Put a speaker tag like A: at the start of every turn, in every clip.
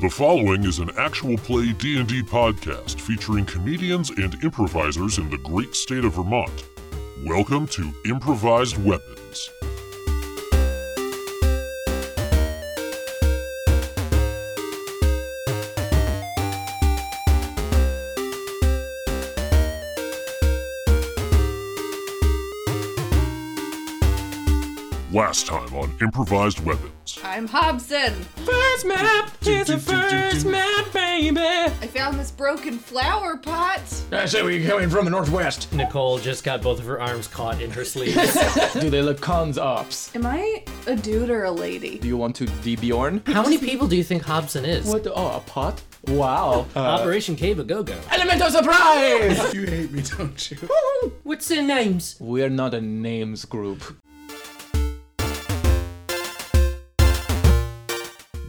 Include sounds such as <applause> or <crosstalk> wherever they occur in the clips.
A: The following is an actual play D&D podcast featuring comedians and improvisers in the great state of Vermont. Welcome to Improvised Weapons. Last time on Improvised Weapons.
B: I'm Hobson.
C: First map is a first map, baby.
B: I found this broken flower pot.
C: That's it. We're coming from the northwest.
D: Nicole just got both of her arms caught in her sleeves.
C: Do they look cons ups?
B: Am I a dude or a lady?
C: Do you want to debjorn?
D: <laughs> How many people do you think Hobson is?
C: What? The, oh, a pot? Wow. Uh,
D: Operation Cave a Go Go.
C: <laughs> Elemental <laughs> surprise.
E: You hate me, don't you?
D: What's their names?
C: We're not a names group.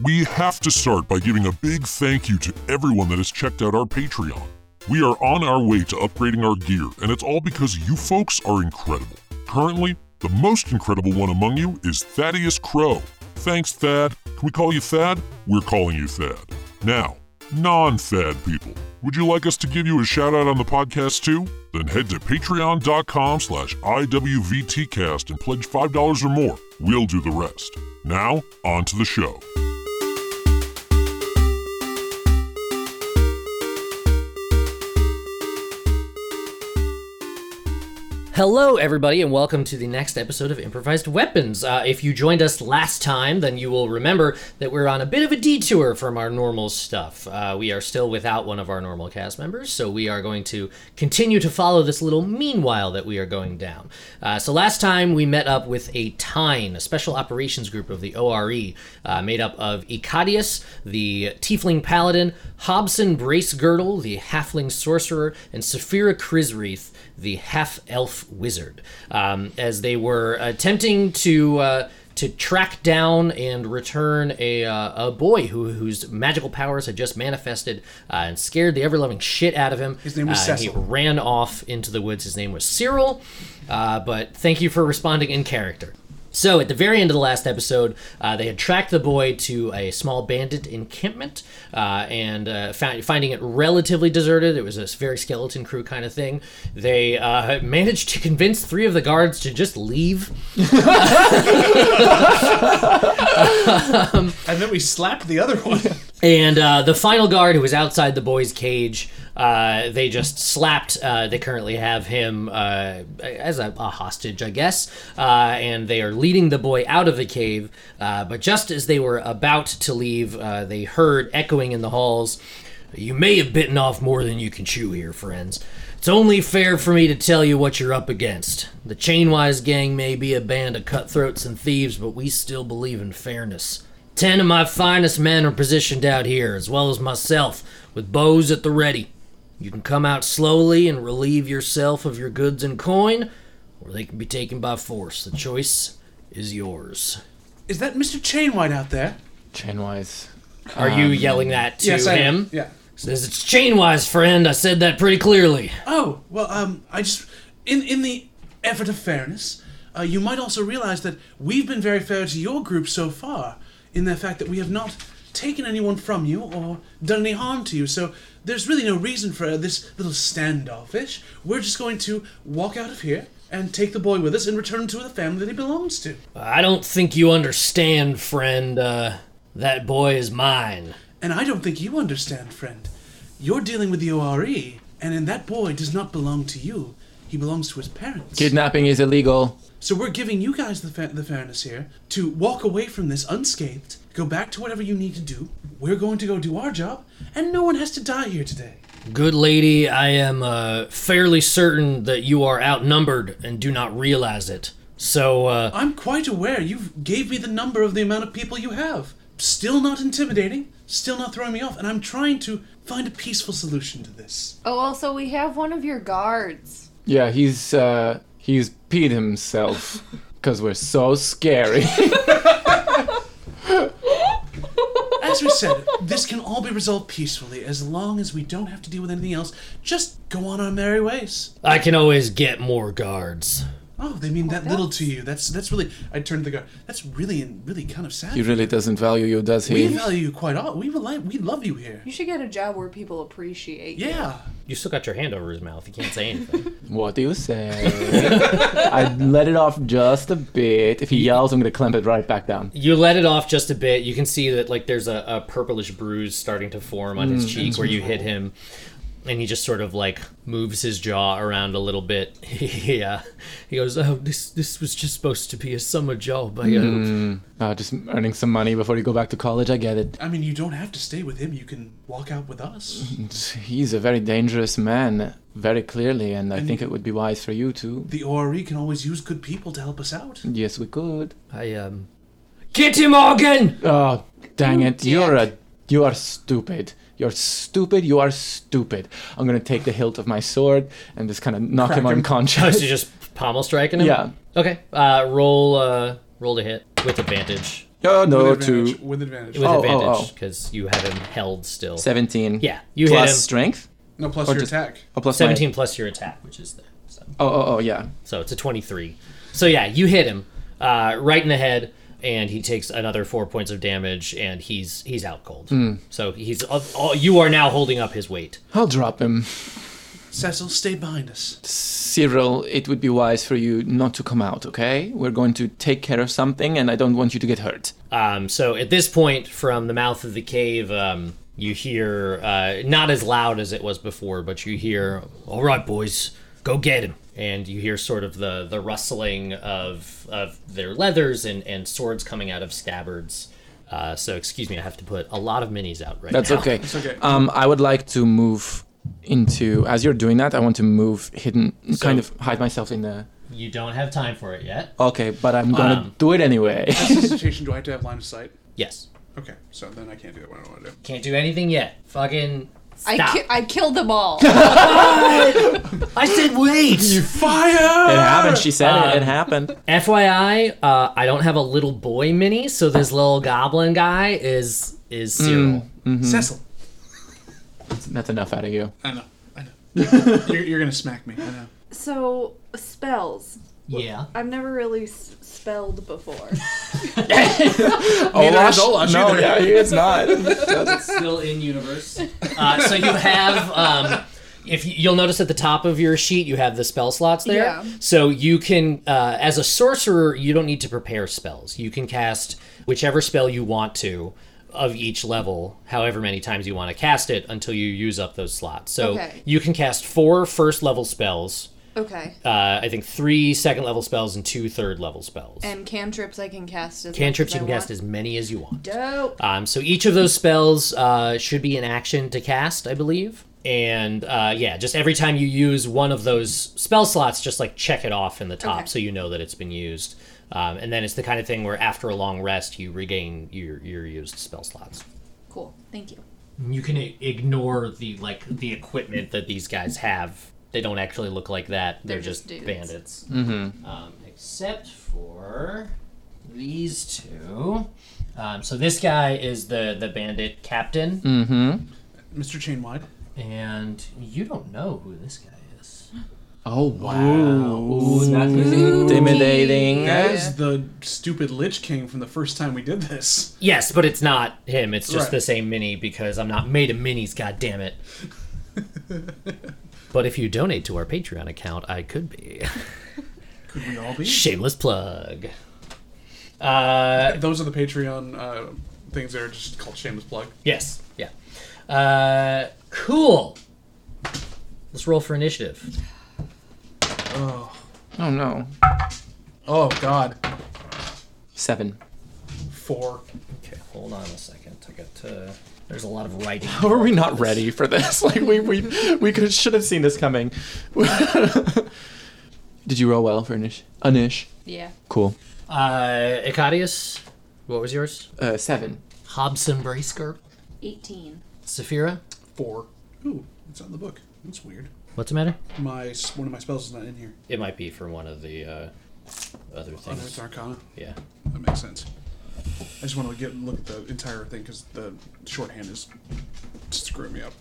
A: We have to start by giving a big thank you to everyone that has checked out our Patreon. We are on our way to upgrading our gear, and it's all because you folks are incredible. Currently, the most incredible one among you is Thaddeus Crow. Thanks, Thad. Can we call you Thad? We're calling you Thad. Now, non Thad people, would you like us to give you a shout out on the podcast too? Then head to patreon.com slash IWVTcast and pledge $5 or more. We'll do the rest. Now, on to the show.
D: Hello, everybody, and welcome to the next episode of Improvised Weapons. Uh, if you joined us last time, then you will remember that we're on a bit of a detour from our normal stuff. Uh, we are still without one of our normal cast members, so we are going to continue to follow this little meanwhile that we are going down. Uh, so last time we met up with a Tyne, a special operations group of the ORE, uh, made up of Icadius, the Tiefling Paladin, Hobson Bracegirdle, the Halfling Sorcerer, and Saphira Crisreath, the half elf wizard, um, as they were attempting to uh, to track down and return a, uh, a boy who, whose magical powers had just manifested uh, and scared the ever loving shit out of him.
E: His name was
D: uh, and He
E: Cecil.
D: ran off into the woods. His name was Cyril. Uh, but thank you for responding in character. So, at the very end of the last episode, uh, they had tracked the boy to a small bandit encampment uh, and uh, found, finding it relatively deserted. It was a very skeleton crew kind of thing. They uh, <laughs> managed to convince three of the guards to just leave.
E: And then we slapped the other one.
D: And uh, the final guard, who was outside the boy's cage, uh, they just slapped. Uh, they currently have him uh, as a, a hostage, I guess. Uh, and they are leading the boy out of the cave. Uh, but just as they were about to leave, uh, they heard echoing in the halls You may have bitten off more than you can chew here, friends. It's only fair for me to tell you what you're up against. The Chainwise gang may be a band of cutthroats and thieves, but we still believe in fairness. Ten of my finest men are positioned out here, as well as myself, with bows at the ready. You can come out slowly and relieve yourself of your goods and coin, or they can be taken by force. The choice is yours.
E: Is that Mr. Chainwine out there?
C: Chainwise.
D: Are you yelling that to
E: Um, I am.
D: him?
E: Yeah.
D: Says it's Chainwise, friend. I said that pretty clearly.
E: Oh well, um, I just in in the effort of fairness, uh, you might also realize that we've been very fair to your group so far, in the fact that we have not taken anyone from you or done any harm to you. So there's really no reason for uh, this little standoffish. We're just going to walk out of here and take the boy with us and return him to the family that he belongs to.
D: I don't think you understand, friend. Uh, that boy is mine.
E: And I don't think you understand, friend. You're dealing with the ORE, and in that boy does not belong to you. He belongs to his parents.
C: Kidnapping is illegal.
E: so we're giving you guys the, fa- the fairness here to walk away from this unscathed, go back to whatever you need to do. We're going to go do our job, and no one has to die here today.
D: Good lady, I am uh, fairly certain that you are outnumbered and do not realize it. So, uh,
E: I'm quite aware you gave me the number of the amount of people you have. Still not intimidating, still not throwing me off, and I'm trying to find a peaceful solution to this.
B: Oh, also, we have one of your guards.
C: Yeah, he's uh he's peed <laughs> himself because we're so scary.
E: As we said, this can all be resolved peacefully as long as we don't have to deal with anything else. Just go on our merry ways.
D: I can always get more guards.
E: Oh, they mean that little to you. That's that's really. I turned to the guard. That's really and really kind of
C: <laughs>
E: sad.
C: He really doesn't value you, does
E: we
C: he?
E: value you quite all. We rely, We love you here.
B: You should get a job where people appreciate you.
E: Yeah.
D: You still got your hand over his mouth. You can't say anything.
C: What do you say? <laughs> I let it off just a bit. If he yells, I'm gonna clamp it right back down.
D: you let it off just a bit. You can see that like there's a, a purplish bruise starting to form on
C: Mm,
D: his cheek where you hit him, and he just sort of like moves his jaw around a little bit. <laughs> yeah, he goes, "Oh, this this was just supposed to be a summer job." I, uh,
C: Uh, just earning some money before you go back to college. I get it.
E: I mean, you don't have to stay with him. You can walk out with
C: <laughs>
E: us.
C: He's a very dangerous man, very clearly, and I think it would be wise for you to.
E: The ORE can always use good people to help us out.
C: Yes, we could.
D: I um, get
C: <laughs>
D: him, Morgan.
C: Oh, dang it! You're
B: dick.
C: a you are stupid. You're stupid. You are stupid. I'm gonna take the hilt of my sword and just kind of knock him
E: Crack him.
D: Oh,
C: unconscious.
D: <laughs> so just pommel striking him.
C: Yeah.
D: Okay. Uh, roll uh, roll to hit with advantage.
C: oh no,
E: with advantage.
C: to
E: With advantage.
D: With
C: Oh, oh, oh.
D: advantage because you have him held still.
C: seventeen.
D: Yeah, you hit
C: plus
D: him.
C: strength.
E: no, plus
C: Or
E: your
C: just-
E: attack.
C: Oh, plus my-
D: Seventeen plus your attack, which is the so.
C: Oh, oh, oh, yeah.
D: So it's a 23. So yeah, you hit him uh, right in the head, and he takes another four points of damage, and he's he's out cold. So he's all, all, you are now holding up his weight.
C: I'll drop him.
E: Cecil, stay behind us.
C: <laughs> Cyril, it would be wise for you not to come out, okay? We're going to take care of something, and I don't want you to get hurt.
D: Um, so at this point, from the mouth of the cave, um, you hear uh, not as loud as it was before, but you hear, "All right, boys, go get him." And you hear sort of the, the rustling of of their leathers and, and swords coming out of scabbards. Uh, so excuse me, I have to put a lot of minis out right
C: That's
D: now.
C: okay.
E: okay.
C: Um, I would like to move into. As you're doing that, I want to move hidden, kind of hide myself in the.
D: You don't have time for it yet.
C: Okay, but I'm gonna do <laughs> it anyway.
E: Situation, do I have to have line of sight?
D: Yes.
E: Okay, so then I can't do what I
C: <laughs>
E: want to do.
D: Can't do anything yet. Fucking
B: I,
D: stop.
B: ki- I killed them
D: <laughs>
B: all.
D: I said wait.
E: Fire!
C: it happened. She said it. It happened.
D: FYI, uh, I don't have a little boy mini, so this little goblin guy is is Cyril.
C: Mm-hmm.
E: Cecil.
C: That's enough out of you.
E: I know. I know. <laughs> you're, you're gonna smack me. I know.
B: so, spells.
D: Yeah.
B: I've never really s- spelled before.
C: Oh,
E: Olash? No, yeah,
C: it's not.
D: Still in universe. Uh, so you have. Um, if you, you'll notice at the top of your sheet, you have the spell slots there.
B: Yeah.
D: So you can, uh, as a sorcerer, you don't need to prepare spells. You can cast whichever spell you want to of each level, however many times you want to cast it until you use up those slots. So
B: Okay.
D: you can cast four first level spells.
B: Okay.
D: Uh, I think three second level spells and two third level spells.
B: And cantrips I can cast as
D: Cantrips you
B: much
D: can
B: as I want.
D: cast as many as you want.
B: Dope.
D: Um, so each of those spells uh, should be an action to cast, I believe. And uh, yeah, just every time you use one of those spell slots, just like check it off in the top
B: Okay.
D: so you know that it's been used. Um, and then it's the kind of thing where after a long rest, you regain your, your used spell slots.
B: Cool. Thank you.
D: You can i- ignore the like the equipment that these guys have. They don't actually look like that. They're,
B: They're
D: just,
B: just dudes.
D: bandits. Mm-hmm. Um, except for these two. Um, so this guy is the the bandit captain,
E: Mr. Chainwide.
D: and you don't know who this guy is.
C: Oh wow!
D: that's
C: Intimidating.
E: That is the stupid Lich King from the first time we did this.
D: Yes, but it's not him. It's just
E: Right.
D: the same mini because I'm not made of minis. God damn it. But if you donate to our Patreon account, I could be. <laughs>
E: Could we all be?
D: Shameless plug. Uh,
E: Those are the Patreon uh, things that are just called shameless plug.
D: yes, yeah. Uh, cool. Let's roll for initiative.
C: Oh no.
E: Oh God.
C: Seven.
E: Four.
D: Okay, hold on a second. I got to. There's a lot of writing. <laughs>
C: Were we not ready for this? <laughs> Like we we we could should have seen this coming. <laughs> Did you roll well for Anish? Anish.
B: Yeah.
C: Cool.
D: Uh, Icadius, what was yours?
C: Uh, seven.
D: Hobson Bracegirdle.
B: 18.
D: Saphira,
E: Four. Ooh, it's on the book. That's weird.
D: what's the matter?
E: My s- one of my spells is not in here.
D: It might be from one of the uh, other
E: Oh, no, it's
D: things.
E: Arcana.
D: Yeah.
E: That makes sense. I just want to get look at the entire thing because the shorthand is screwing me up.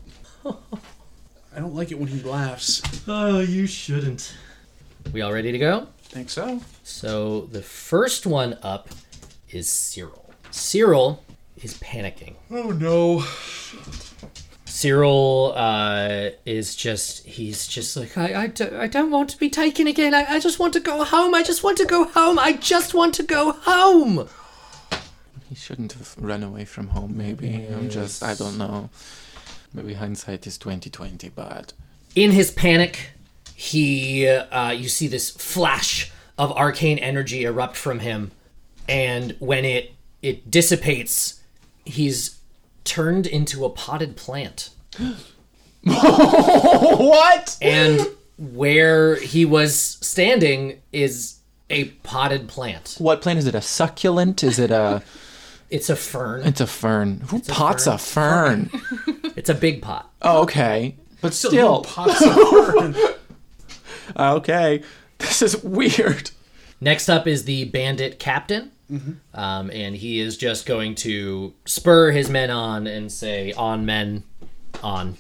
E: I don't like it when he laughs.
D: Oh, you shouldn't. We all ready to go?
C: Think so?
D: So the first one up is Cyril. Cyril is panicking.
F: Oh no.
D: Cyril uh, is just, he's just like, I, I, do, I don't want to be taken again. I, I just want to go home. I just want to go home. I just want to go home.
C: He shouldn't have run away from home. Maybe I'm just I don't know. Maybe hindsight is twenty twenty, but
D: in his panic, he uh, you see this flash of arcane energy erupt from him, and when it it dissipates, he's turned into a potted plant.
C: what?
D: And where he was standing is a potted plant.
C: What plant is it? A succulent? Is it <laughs> a?
D: It's
C: <laughs>
D: a fern.
C: It's a fern. Who pots a fern? <laughs>
D: It's a big pot.
C: Oh, okay, but still,
E: Still pots of <laughs> fern.
C: okay. This is weird. <laughs>
D: Next up is the bandit captain. Um, and he is just going to spur his men on and say, On, men, on.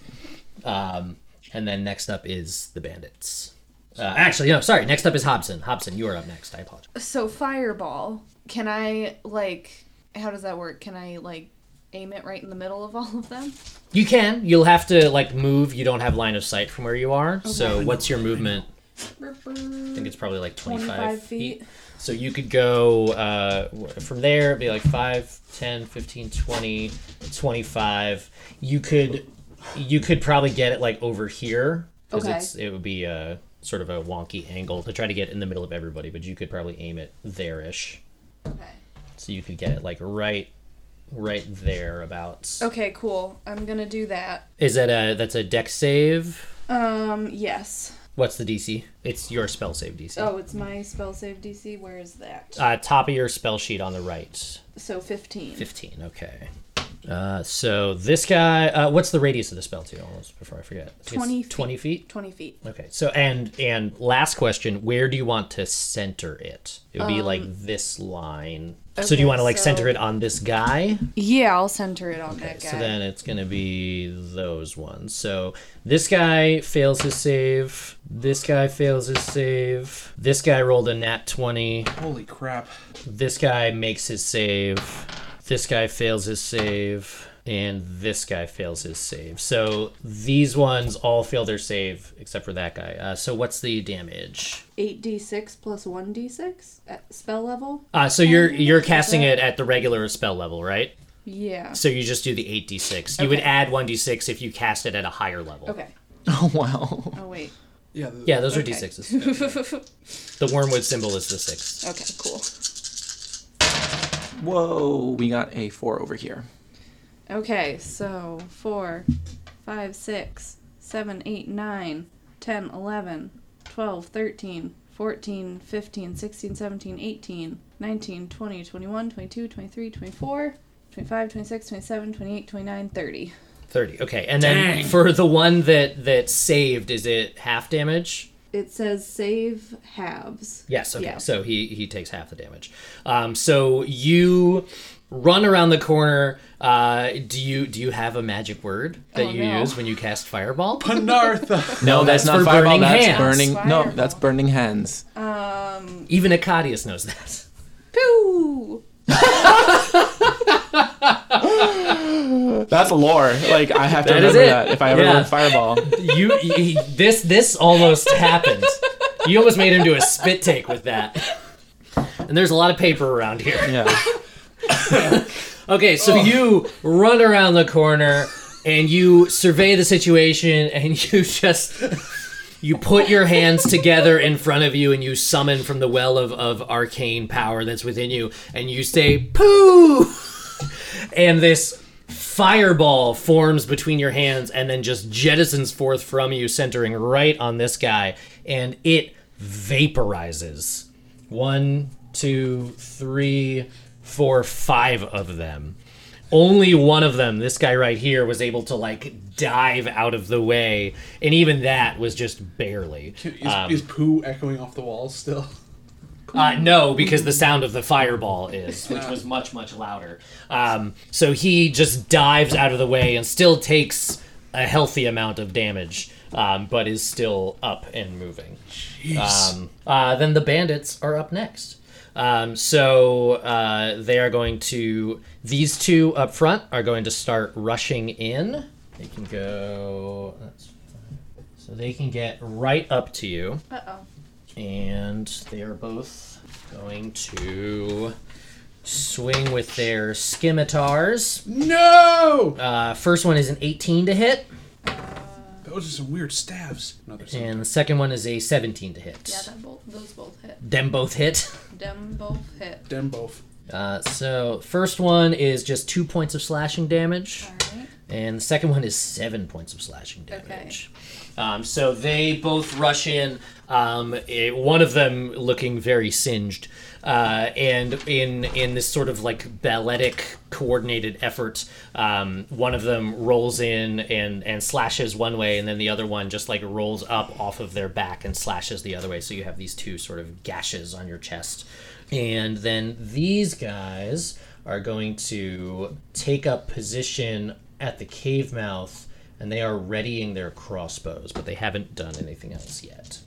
D: Um, and then next up is the bandits. Uh, actually, no, sorry. Next up is Hobson. Hobson, you are up next. I apologize.
B: So fireball. Can I like? How does that work? Can I like aim it right in the middle of all of them?
D: You can. You'll have to, like, move. You don't have line of sight from where you are. So, what's your movement? I think it's probably like 25,
B: 25
D: feet.
B: feet.
D: So you could go uh, w- from there, it'd be like 5, 10, 15, 20, 25. You could you could probably get it like over here because
B: Okay.
D: it's it would be a sort of a wonky angle to try to get in the middle of everybody, but you could probably aim it there-ish.
B: Okay.
D: So you could get it like right right there about.
B: Okay. Cool. I'm gonna do that.
D: Is that a that's a deck save?
B: Um. Yes.
D: What's the DC? It's your spell save DC.
B: Oh, it's my spell save DC. Where is that?
D: Uh, top of your spell sheet on the right.
B: So 15.
D: 15 okay uh, so this guy uh, what's the radius of the spell too almost before i forget It's
B: 20 feet.
D: 20 feet
B: 20 feet.
D: okay so and and last question where do you want to center it it would be like this line so do
B: Um, okay,
D: you want to like center
B: so-
D: it on this guy
B: Yeah, I'll center it on that guy.
D: so then it's gonna be those ones so this guy fails his save this guy fails his save this guy rolled a nat 20
E: Holy crap.
D: this guy makes his save. This guy fails his save. And this guy fails his save. So these ones all fail their save except for that guy. Uh, so what's the damage?
B: 8d6 plus 1d6 at spell level?
D: Uh, so you're you're casting it at the regular spell level, right?
B: Yeah.
D: So you just do the eight d six. You would add one d six if you cast it at a higher level.
B: Okay.
C: Oh wow.
B: Oh, wait.
E: Yeah. The,
D: Yeah, those are d sixes. the wormwood symbol is the six.
B: <laughs> Okay, cool.
C: Whoa. We got a four over here.
B: Okay, so 4, 5, 6, 7, 8, 9, 10, 11, 12, 13, 14, 15, 16, 17, 18, 19, 20, 21, 22, 23, 24, 25, 26, 27, 28, 29, 30.
D: 30. Okay. And then for the one that that saved, is it half damage?
B: It says save halves.
D: Yes. Okay.
B: Yeah.
D: So he he takes half the damage. Um, so you run around the corner. Uh, do you do you have a magic word that
B: Oh,
D: you
B: no.
D: use when you cast fireball? <laughs>
E: Panartha.
C: No, that's,
D: Oh, for
C: not fireball.
D: burning
C: that's
D: hands.
C: burning. No,
B: Fireball.
C: that's burning hands.
D: Even Acadius knows that. <laughs>
B: Poo!
C: That's lore. Like I have to
D: That is
C: remember
D: it.
C: that if I ever
D: Yeah.
C: learn fireball.
D: <laughs> You he, this this almost happened. You almost made him do a spit take with that. And there's a lot of paper around here.
C: Yeah.
D: Okay, so you run around the corner and you survey the situation and <laughs> you just you put your hands together in front of you and you summon from the well of, of arcane power that's within you and you say poo and this fireball forms between your hands and then just jettisons forth from you centering right on this guy and it vaporizes one, two, three, four, five of them. Only one of them, this guy right here, was able to like dive out of the way, and even that was just barely.
E: Is,
D: Um,
E: is poo echoing off the walls still?
D: Uh, no, because the sound of the fireball is, which was much much louder. Um, so he just dives out of the way and still takes a healthy amount of damage, um, but is still up and moving. Um, uh, then the bandits are up next. Um, so uh, they are going to. These two up front are going to start rushing in. They can go. That's fine. So they can get right up to you,
B: Uh oh.
D: and they are both going to swing with their scimitars.
E: No!
D: Uh, first one is an 18 to hit,
E: Those are some weird staves. No, there's some-
D: and the second one is a 17 to hit.
B: Yeah, that both, those both hit.
D: Them both hit. <laughs>
B: Them both hit.
E: Them both.
D: Uh, so first one is just two points of slashing damage,
B: Alright.
D: and the second one is seven points of slashing
B: Okay.
D: damage. Um, so they both rush in. Um, eh, one of them looking very singed, uh, and in in this sort of like balletic coordinated effort, um, one of them rolls in and and slashes one way, and then the other one just like rolls up off of their back and slashes the other way. So you have these two sort of gashes on your chest, and then these guys are going to take up position at the cave mouth and they are readying their crossbows, but they haven't done anything else yet.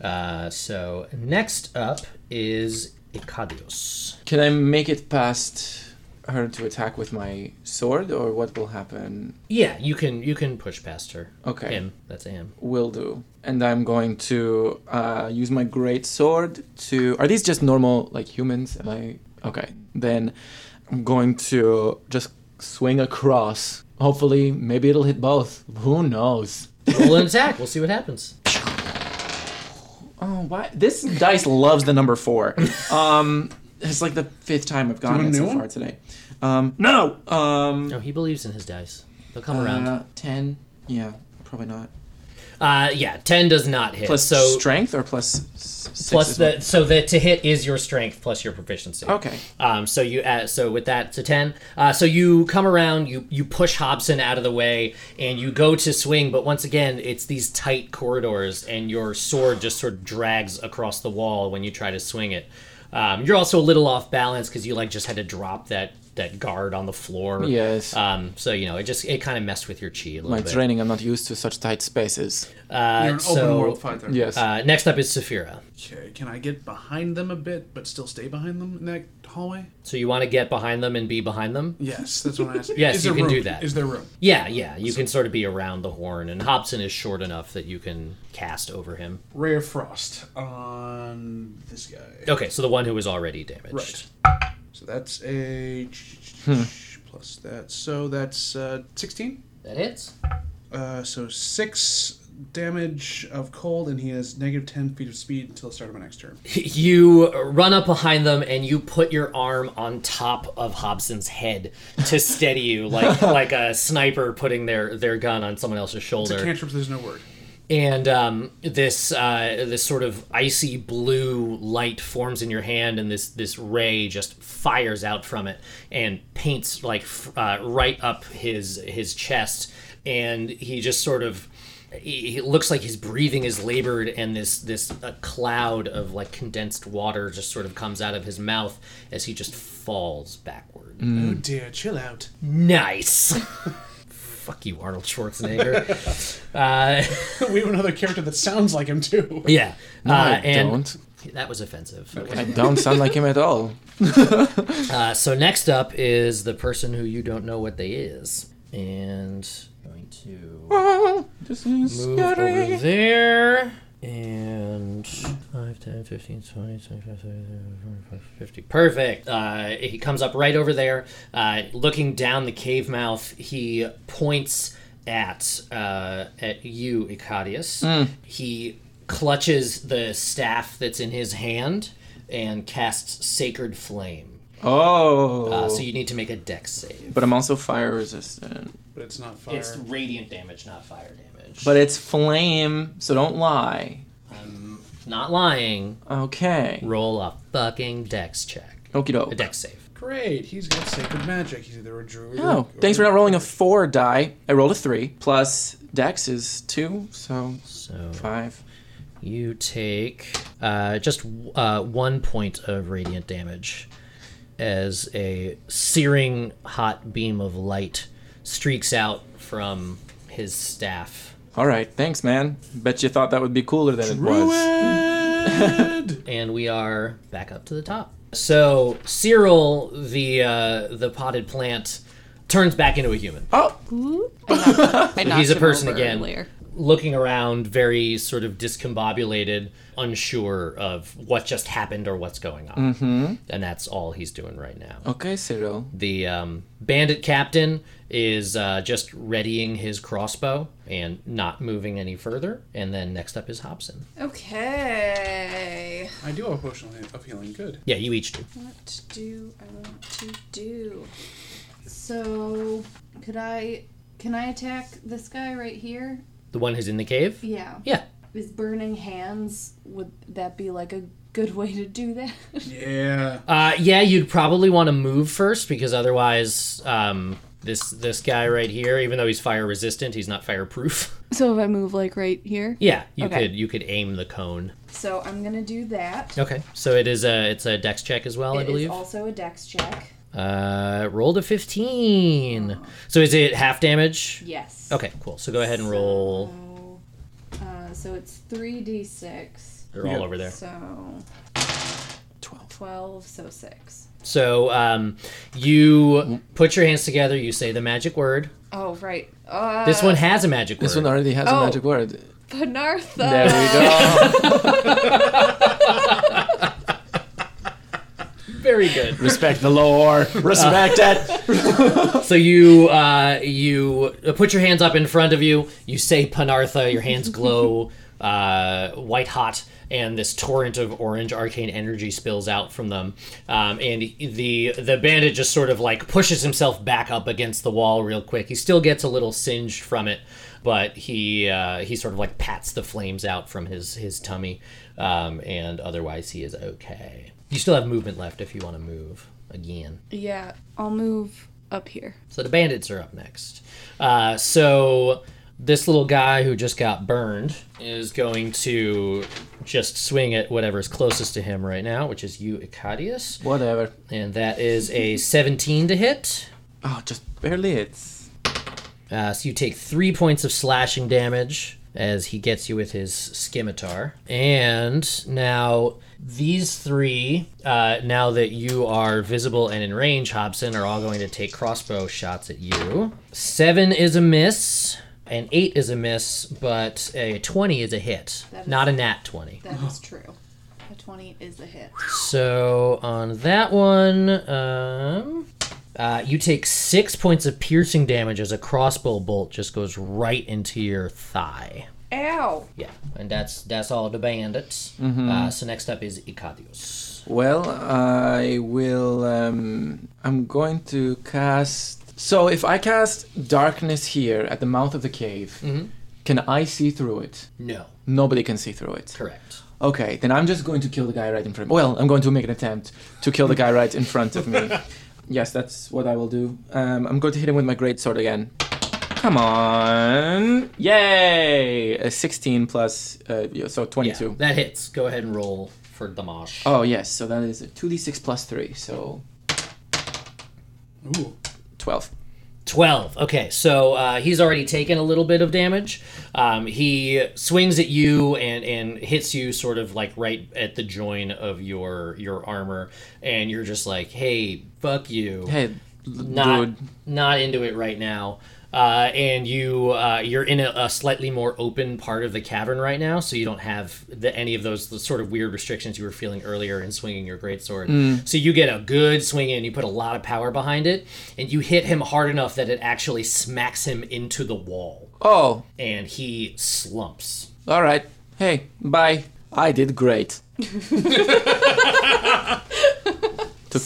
D: Uh, so next up is Ikadios.
C: Can I make it past her to attack with my sword, or what will happen?
D: Yeah, you can you can push past her.
C: Okay.
D: him. That's a him.
C: Will do. And I'm going to uh, use my great sword to. Are these just normal, like humans? Am I. Okay. Then I'm going to just swing across. Hopefully, maybe it'll hit both. Who knows?
D: Roll an attack. We'll see what happens.
C: Oh, why? This dice loves the number <laughs> four. Um, it's like the fifth time I've gotten
E: want
C: it
E: a
C: so
E: new one?
C: far today. Um, no! Um,
D: No, he believes in his dice. They'll come around.
C: uh, 10. Yeah, probably not.
D: Uh, yeah, ten does not hit.
C: Plus
D: so
C: strength or plus. s- Six
D: plus
C: as well?
D: the so that to hit is your strength plus your proficiency.
C: Okay.
D: Um, so you add, so with that to ten. Uh, so you come around, you you push Hobson out of the way, and you go to swing, but once again, it's these tight corridors, and your sword just sort of drags across the wall when you try to swing it. Um, you're also a little off balance because you like just had to drop that that guard on the floor.
C: Yes.
D: Um, so you know it just it kind of messed with your chi a little
C: My
D: bit.
C: training, I'm not used to such tight spaces.
D: Uh,
E: You're an
D: so,
E: open world fighter.
C: Yes.
D: Uh, next up is Saphira.
E: Okay, can I get behind them a bit, but still stay behind them in that hallway?
D: So you want to get behind them and be behind them.
E: Yes, that's what I asked.
D: <laughs> Yes,
E: Is
D: you
E: there
D: can
E: room?
D: do that.
E: Is there room?
D: Yeah, yeah. You can sort of be around the horn, and Hobson is short enough that you can cast over him.
E: Ray of Frost on this guy.
D: Okay, so the one who was already damaged.
E: Right. So that's a
D: Hmm.
E: plus that. So that's uh, 16.
D: That hits.
E: Uh, so six damage of cold, and he has negative 10 feet of speed until the start of my next turn.
D: <laughs> You run up behind them and you put your arm on top of Hobson's head to steady you, like like a sniper putting their, their gun on someone else's shoulder.
E: Cantrips, there's no word.
D: and um, this uh, this sort of icy blue light forms in your hand, and this this ray just fires out from it and paints like f- uh, right up his his chest, and he just sort of. He he looks like his breathing is labored, and this this uh, cloud of like condensed water just sort of comes out of his mouth as he just falls backward.
C: Mm.
E: Oh dear, chill out. <laughs>
D: Nice. <laughs> Fuck you, Arnold Schwarzenegger.
C: <laughs>
D: uh,
E: we have another character that sounds like him, too.
D: yeah,
C: No, I
D: uh, and
C: don't.
D: That was offensive.
C: I don't sound like him at
D: <laughs>
C: all.
D: Uh, so next up is the person who you don't know what they is, and going to
C: <laughs> This is
D: move over there. And 5, 10, 15, 20, 25, 30, 45, 50. Perfect. Uh, he comes up right over there. Uh, looking down the cave mouth, he points at uh, at you, Icadius.
C: Hmm.
D: He clutches the staff that's in his hand and casts Sacred Flame.
C: Oh.
D: Uh, so you need to make a dex save.
C: but I'm also fire resistant.
E: But it's not fire.
D: It's radiant damage, not fire damage.
C: But it's flame, so don't lie.
D: I'm not lying.
C: Okay.
D: Roll a fucking dex check.
C: Okie
D: A
C: doke.
D: dex save.
E: Great, he's got sacred magic. He's either a druid.
C: Oh,
E: or-
C: thanks for not rolling a four die. I rolled a three. Plus dex is two, so
D: So
C: five.
D: you take uh, just uh, one point of radiant damage as a searing hot beam of light streaks out from his staff.
C: All right, thanks, man. Bet you thought that would be cooler than it was.
E: Druid! <laughs>
D: and we are back up to the top. So Cyril, the uh, the potted plant, turns back into a human,
C: Oh,
D: <laughs>
F: I knocked
D: He's a
F: him
D: person
F: over
D: again.
F: earlier.
D: looking around, very sort of discombobulated, unsure of what just happened or what's going on. Mm-hmm. And that's all he's doing right now.
C: okay, Cyril.
D: The um, bandit captain is uh, just readying his crossbow and not moving any further. And then next up is Hobson.
B: Okay.
E: I do have a potion of healing. Good.
D: Yeah, you each do.
B: What do I want to do? So, could I. Can I attack this guy right here?
D: The one who's in the cave?
B: Yeah.
D: Yeah.
B: Is burning hands. Would that be like a good way to do that? <laughs>
E: Yeah.
D: Uh, yeah, you'd probably want to move first because otherwise, um, this this guy right here, even though he's fire resistant, he's not fireproof. <laughs>
B: so, if I move like right here?
D: yeah, you
B: Okay.
D: could you could aim the cone.
B: So, I'm gonna do that.
D: Okay, so it is a it's a dex check as well, I
B: It is
D: believe.
B: also a dex check.
D: uh, roll to fifteen. So is it half damage?
B: Yes.
D: Okay, cool. So go ahead and roll.
B: So, uh, so it's 3d6.
D: They're all over there.
B: So
C: 12.
B: 12, so 6.
D: So um, you put your hands together. You say the magic word.
B: Oh, right. Uh,
D: This one has a magic word.
C: This one already has
B: Oh.
C: a magic word.
B: Panartha!
C: There we go.
D: very good.
C: Respect the lore. Respect it.
D: So you uh, you put your hands up in front of you. You say Panartha. Your hands glow uh, white hot, and this torrent of orange arcane energy spills out from them. Um, and the the bandit just sort of like pushes himself back up against the wall real quick. He still gets a little singed from it, but he uh, he sort of like pats the flames out from his his tummy, um, and otherwise he is okay. You still have movement left if you want to move again.
B: Yeah, I'll move up here.
D: So the bandits are up next. Uh, so this little guy who just got burned is going to just swing at whatever's closest to him right now, which is you, Icadius.
C: Whatever.
D: And that is a 17 to hit.
C: Oh, just barely hits.
D: Uh, so you take three points of slashing damage as he gets you with his scimitar. And now these three, uh, now that you are visible and in range, Hobson, are all going to take crossbow shots at you. Seven is a miss. An eight is a miss, but a twenty is a hit.
B: That is-
D: Not a nat twenty.
B: That
E: Uh-huh.
B: is true. A 20 is a hit.
D: So on that one, um, uh, you take six points of piercing damage as a crossbow bolt just goes right into your thigh.
B: Ow!
D: Yeah, and that's that's all the bandits. Uh, so next up is Icadius.
C: Well, I will. Um, I'm going to cast. So if I cast darkness here at the mouth of the cave, can I see through it?
D: No,
C: Nobody can see through it.
D: correct.
C: Okay, then I'm just going to kill the guy right in front. Well, I'm going to make an attempt to kill the guy right in front of
D: <laughs>
C: me. yes, that's what I will do. Um, I'm going to hit him with my great sword again. Come on! Yay! A 16 plus, uh, yeah, so
D: Yeah,
C: 22.
D: that hits. Go ahead and roll for Damash.
C: Oh yes, so that is a 2d6 plus three, so
E: Ooh.
C: 12.
D: 12. Okay, so uh, he's already taken a little bit of damage. Um, he swings at you and, and hits you sort of like right at the join of your your armor, and you're just like, hey, fuck you.
C: Hey, l-
D: not,
C: dude.
D: not into it right now. Uh, and you uh, you're in a, a slightly more open part of the cavern right now, so you don't have the, any of those the sort of weird restrictions you were feeling earlier in swinging your greatsword. So you get a good swing in, you put a lot of power behind it, and you hit him hard enough that it actually smacks him into the wall,
C: Oh,
D: and he slumps.
C: all right. Hey, bye. I did <laughs> great. Took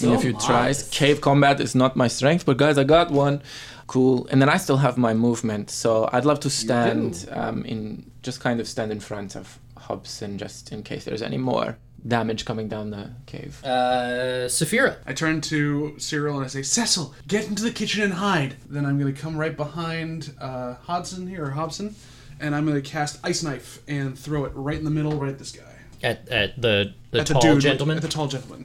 C: me a few tries. Cave combat is not my strength, but guys, I got one. Cool. And then I still have my movement, so I'd love to stand um, in, just kind of stand in front of Hobson, just in case there's any more damage coming down the cave.
D: Uh, Saphira,
E: I turn to Cyril and I say, Cecil, get into the kitchen and hide. Then I'm going to come right behind uh, Hodson here, or Hobson, and I'm going to cast Ice Knife and throw it right in the middle, right at this guy.
D: at, at the the
E: At
D: tall
E: the dude,
D: gentleman,
E: At the tall gentleman.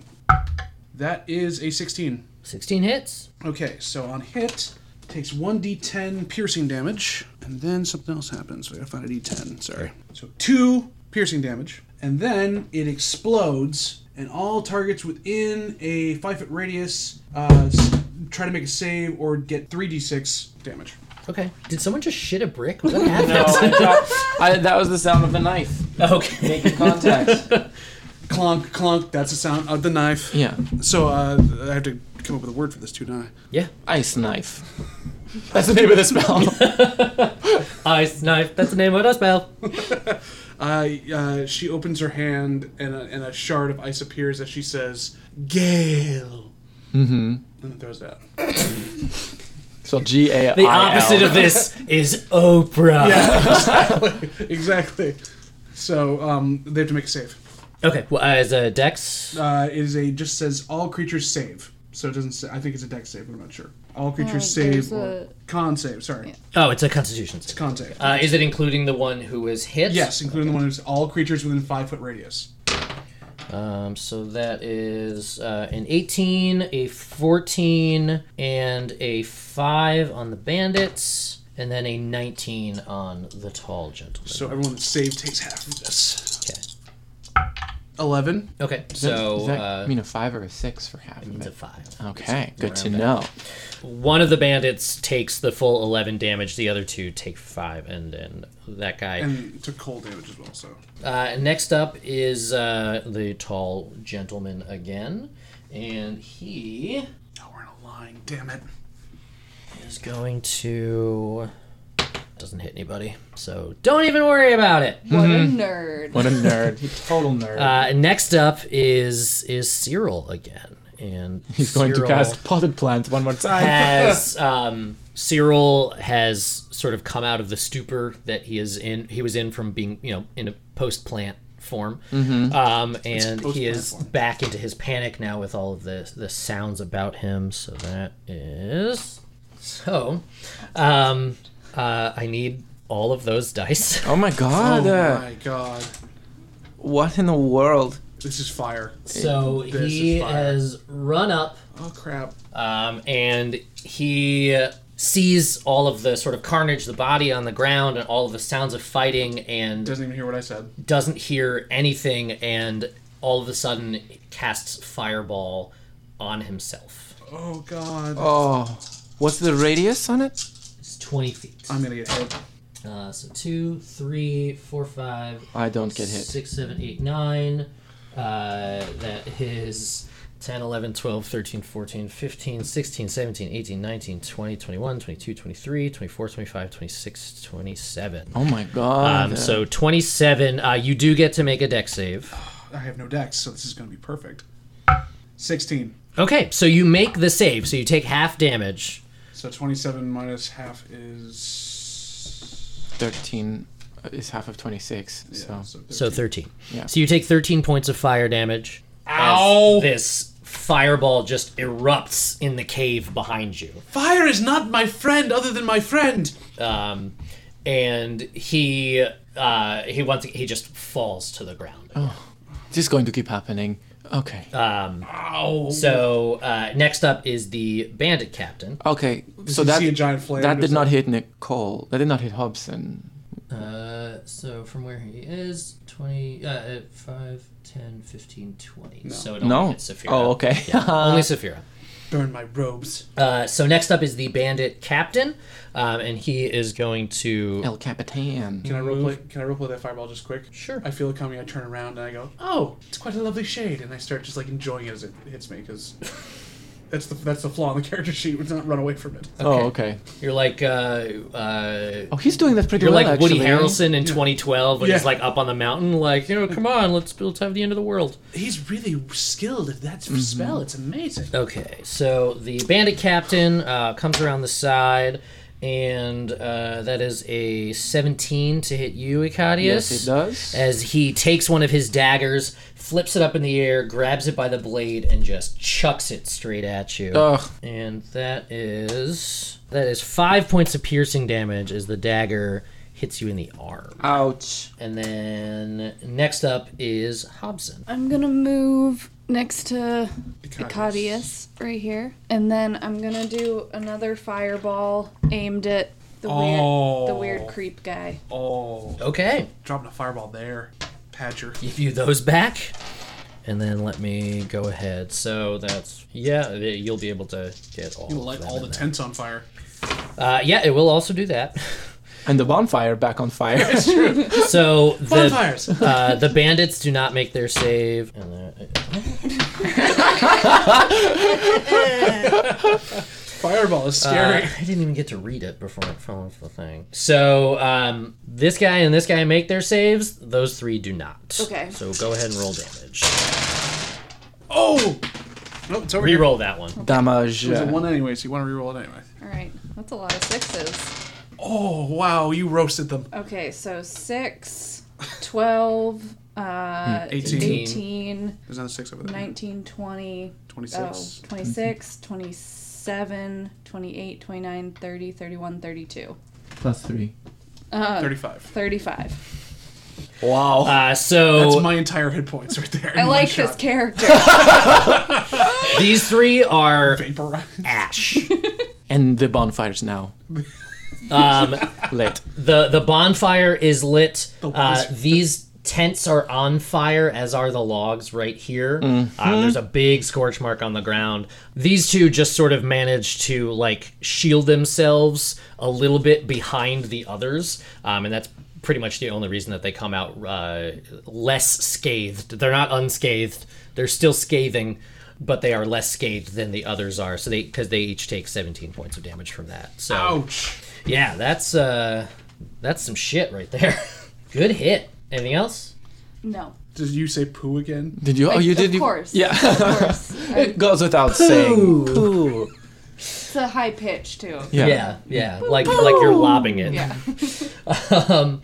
E: That is a 16.
D: sixteen hits.
E: Okay, so on hit, takes 1d10 piercing damage, and then something else happens. We gotta find a d10, sorry. So two piercing damage, and then it explodes, and all targets within a 5 foot radius uh, s- try to make a save or get 3d6 damage.
D: Okay. Did someone just shit a
E: <laughs>
D: brick? What happened?
C: <laughs> I, that was the sound of the knife
D: <laughs> Okay.
C: making contact.
E: Clunk, clunk, that's the sound of the knife.
C: yeah,
E: So uh, I have to come up with a word for this too, don't I?
D: Yeah.
C: <laughs> ice knife. That's the name of the spell.
D: Ice knife. That's the name of the spell.
E: I, uh, she opens her hand, and a, and a shard of ice appears as she says, "Gale." Mm-hmm. And throws that.
C: so G A I L.
D: The opposite of this is Oprah.
E: <laughs> exactly. So um, they have to make a save.
D: Okay. Well, as a dex.
E: Uh, it is a just says all creatures save. So it doesn't. Say, I think it's a dex save, but I'm not sure. All creatures
B: there's
E: save or con save. Sorry,
D: Oh, it's a Constitution. save.
E: con save.
D: Uh, is it including the one who was hit?
E: yes, including the one who's all creatures within five foot radius.
D: Um, so that is uh, an 18, a 14, and a 5 on the bandits, and then a 19 on the tall gentleman.
E: So everyone that saved takes half of this.
D: okay.
E: Eleven.
D: Okay.
C: Does
D: So
C: that
D: uh,
C: mean a five or a six for half of
D: it's a
C: it?
D: 5.
C: Okay, good to know.
D: One of the bandits takes the full 11 damage, the other two take 5, and then that guy.
E: And took cold damage as well. So
D: Uh, next up is uh, the tall gentleman again, and he
E: oh, we're in a line. Damn it.
D: is going to doesn't hit anybody, so don't even worry
C: <laughs>
D: about it.
E: Mm-hmm.
B: What a nerd.
C: What a nerd. He's
E: <laughs>
C: total nerd.
D: Uh, next up is is Cyril again, and
C: He's going to
D: Cyril
C: cast potted plants one more time.
D: has um, Cyril has sort of come out of the stupor that he is in. He was in from being you know in a post plant form, um, and he
E: post-plant
D: is
E: form.
D: back into his panic now with all of the the sounds about him. So that is so. Um, uh, I need all of those dice.
C: Oh my god.
E: oh
C: uh,
E: my god.
C: What in the world?
E: This is fire.
D: So
E: This is
D: he
E: fire.
D: has run up
E: Oh crap.
D: um, and he sees all of the sort of carnage, the body on the ground, and all of the sounds of fighting, and
E: Doesn't even hear what I said.
D: doesn't hear anything, and all of a sudden casts fireball on himself.
E: Oh god.
C: Oh. What's the radius on it?
D: It's twenty feet.
E: I'm gonna get hit.
D: Uh, so two, three, four, five,
C: I don't get hit.
D: six, seven, eight, nine. Uh, that is 10, 11, 12, 13, 14, 15, 16, 17, 18, 19, 20, 21, 22, 23, 24, 25, 26, 27.
C: Oh my god.
D: Um, so 27, uh, you do get to make a deck save.
E: I have no dex, so this is gonna be perfect. Sixteen.
D: Okay, so you make the save, so you take half damage.
E: So twenty-seven minus half is
C: 13 uh, is half of 26.
E: yeah,
C: So.
E: so
D: So 13.
C: Yeah.
D: So you take 13 points of fire damage.
E: Ow!
D: As this fireball just erupts in the cave behind you.
E: fire is not my friend, other than my friend.
D: um, and he uh, he once he just falls to the ground.
C: This is going to keep happening. Okay.
E: Ow!
D: So uh, next up is the bandit captain.
C: okay. So
E: you
C: that
E: see a giant flame
C: that
E: or
C: did not hit Nicole. That did not hit Hobson.
D: Uh, so from where he is, 20, uh, uh, 5, 10, 15, 20. So it only
C: No.
D: hits Saphira.
C: Oh, okay.
D: only Saphira.
E: Burn my robes.
D: Uh, so next up is the bandit captain, um, and he is going to.
C: <laughs> El Capitan.
E: Can I roleplay? Can I roleplay that fireball just quick?
D: Sure.
E: I feel it coming. I turn around and I go, "Oh, it's quite a lovely shade," and I start just like enjoying it as it hits me because <laughs> that's the that's the flaw in the character sheet. It's not run away from it.
C: Oh, okay.
D: You're like. Uh, uh,
C: Oh, he's doing that pretty
D: You're
C: well.
D: like Woody
C: actually.
D: Harrelson in 2012 when he's
E: Yeah.
D: like up on the mountain, like you know, come on, let's let's have the end of the world.
E: He's really skilled at that spell. It's amazing.
D: Okay, so the bandit captain uh, comes around the side, and uh, that is a 17 to hit you, Icadius.
C: Yes, it does.
D: As he takes one of his daggers, flips it up in the air, grabs it by the blade, and just chucks it straight at you.
C: Ugh.
D: And that is that is five points of piercing damage as the dagger hits you in the arm.
C: Ouch.
D: And then next up is Hobson.
B: I'm gonna move next to
E: Icarius.
B: Icadius right here. And then I'm gonna do another fireball aimed at the weird the
E: Oh.
B: weird creep guy.
E: Oh,
D: Okay.
E: dropping a fireball there, Padger.
D: Give you those back. And then let me go ahead. So that's yeah. You'll be able to get all.
E: You
D: of
E: light
D: them
E: all
D: in
E: the
D: there.
E: tents on fire.
D: Uh, yeah, it will also do that. <laughs>
C: And the bonfire back on fire.
D: So the
E: Bonfires.
D: uh, the bandits do not make their save. And, uh,
E: Fireball is
D: Uh,
E: scary.
D: I didn't even get to read it before it fell off the thing. So um, this guy and this guy make their saves. Those three do not.
B: Okay.
D: So go ahead and roll damage.
E: oh, nope, it's over here.
D: Reroll that one.
C: Damage.
E: It was a one anyway, so you want to reroll it anyway.
B: Alright, that's a lot of sixes.
E: Oh wow, you roasted them.
B: Okay, so six, twelve, uh,
E: Hmm, Eighteen.
B: 18,
E: There's another six over there.
B: 19, 20,
E: Twenty-six.
B: Oh, 26, 27, 28, 29, 30, 31, 32.
C: Plus three.
E: Thirty-five.
B: 35.
C: Wow.
D: Uh, so
E: That's my entire hit points right there.
B: I
E: in one
B: like
E: shot.
B: this
E: <laughs>
B: character.
D: these three are
E: Vaporized.
D: ash.
C: and the bonfire's now
D: <laughs> Um,
C: lit.
D: the the bonfire is lit.
E: walls
D: Uh,
E: are-
D: these tents are on fire, as are the logs right here. Uh, there's a big scorch mark on the ground. These two just sort of managed to like shield themselves a little bit behind the others, um, and that's pretty much the only reason that they come out uh, less scathed. They're not unscathed. They're still scathing. But they are less scathed than the others are, so they because they each take 17 points of damage from that. So
E: <laughs> Ouch.
D: yeah, that's uh that's some shit right there. <laughs> Good hit. Anything else?
B: No.
E: Did you say poo again? <laughs>
C: Did you? Oh,
B: Like,
C: you did.
B: Of
C: you,
B: course.
C: Yeah.
B: Of
C: <laughs>
B: course. I-
C: it goes without saying. Poo.
B: It's a high pitch too.
C: Yeah.
D: Yeah, yeah. Like like you're lobbing it.
B: Yeah.
D: <laughs> Um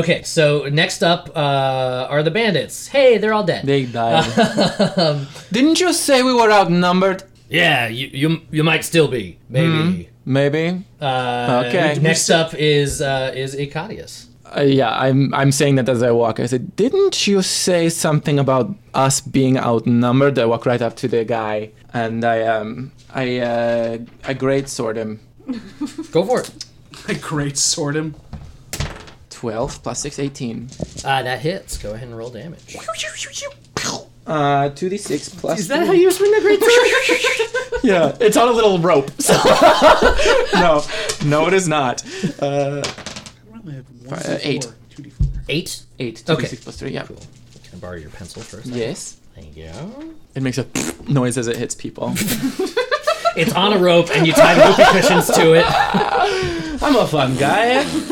D: okay, so next up uh are the bandits. Hey, they're all dead.
C: They
D: <laughs>
C: died. Didn't you say we were outnumbered?
D: yeah, you you, you might still be maybe.
C: Maybe.
D: Uh,
C: Mm-hmm. Okay.
D: Next up is uh is Icadius.
C: Uh, yeah, I'm. I'm saying that as I walk. I said, "Didn't you say something about us being outnumbered?" I walk right up to the guy and I um I uh I great sword him.
D: Go for it.
E: I great sword him.
C: Twelve plus six, eighteen.
D: Uh, that hits. Go ahead and roll damage.
C: Uh, two d six plus.
D: Is that how you swing the
C: <laughs>
D: great
C: Yeah, it's on a little rope. So. <laughs> no, no, it is not. Uh,
E: I only have one
C: Fi- uh, eight.
E: D4, Two D four.
D: Eight.
C: eight.
D: Okay.
C: 2d6 plus three. Yeah.
D: Can I borrow your pencil for a second?
C: Yes.
D: Thank you.
C: It makes a <laughs> noise as it hits people.
D: It's on a rope, and you tie whoopee cushions to it.
C: <laughs> I'm a fun guy. <laughs>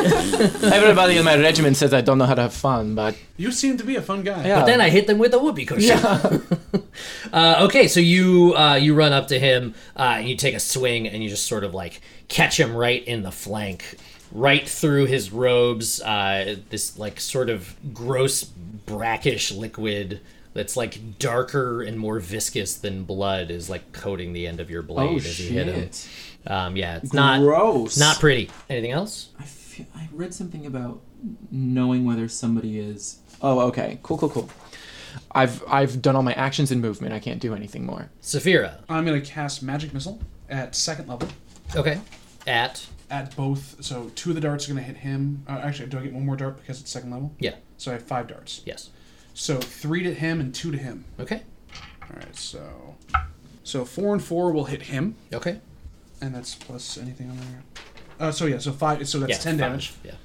C: Everybody in my regiment says I don't know how to have fun, but
E: You seem to be a fun guy.
C: yeah.
D: Then I hit them with a whoopee cushion. <laughs> uh, okay, so you uh, you run up to him, uh, and you take a swing, and you just sort of like catch him right in the flank, right through his robes. Uh, this like sort of gross brackish liquid that's like darker and more viscous than blood is like coating the end of your blade
C: oh
D: as you hit him.
C: shit!
D: Um, yeah, it's not
C: Gross.
D: not pretty. Anything else?
C: I, feel, I read something about knowing whether somebody is. Oh, okay. Cool, cool, cool. I've I've done all my actions and movement. I can't do anything more.
D: Saphira.
E: I'm gonna cast magic missile at second level.
D: Okay. At
E: At both, so two of the darts are gonna hit him. Uh, actually, do I get one more dart because it's second level?
D: yeah.
E: So I have five darts.
D: Yes.
E: So three to him and two to him.
D: Okay.
E: All right, so so four and four will hit him,
D: Okay.
E: and that's plus anything on there. Uh, so yeah, so five. So that's ten
D: five.
E: damage.
D: Yeah.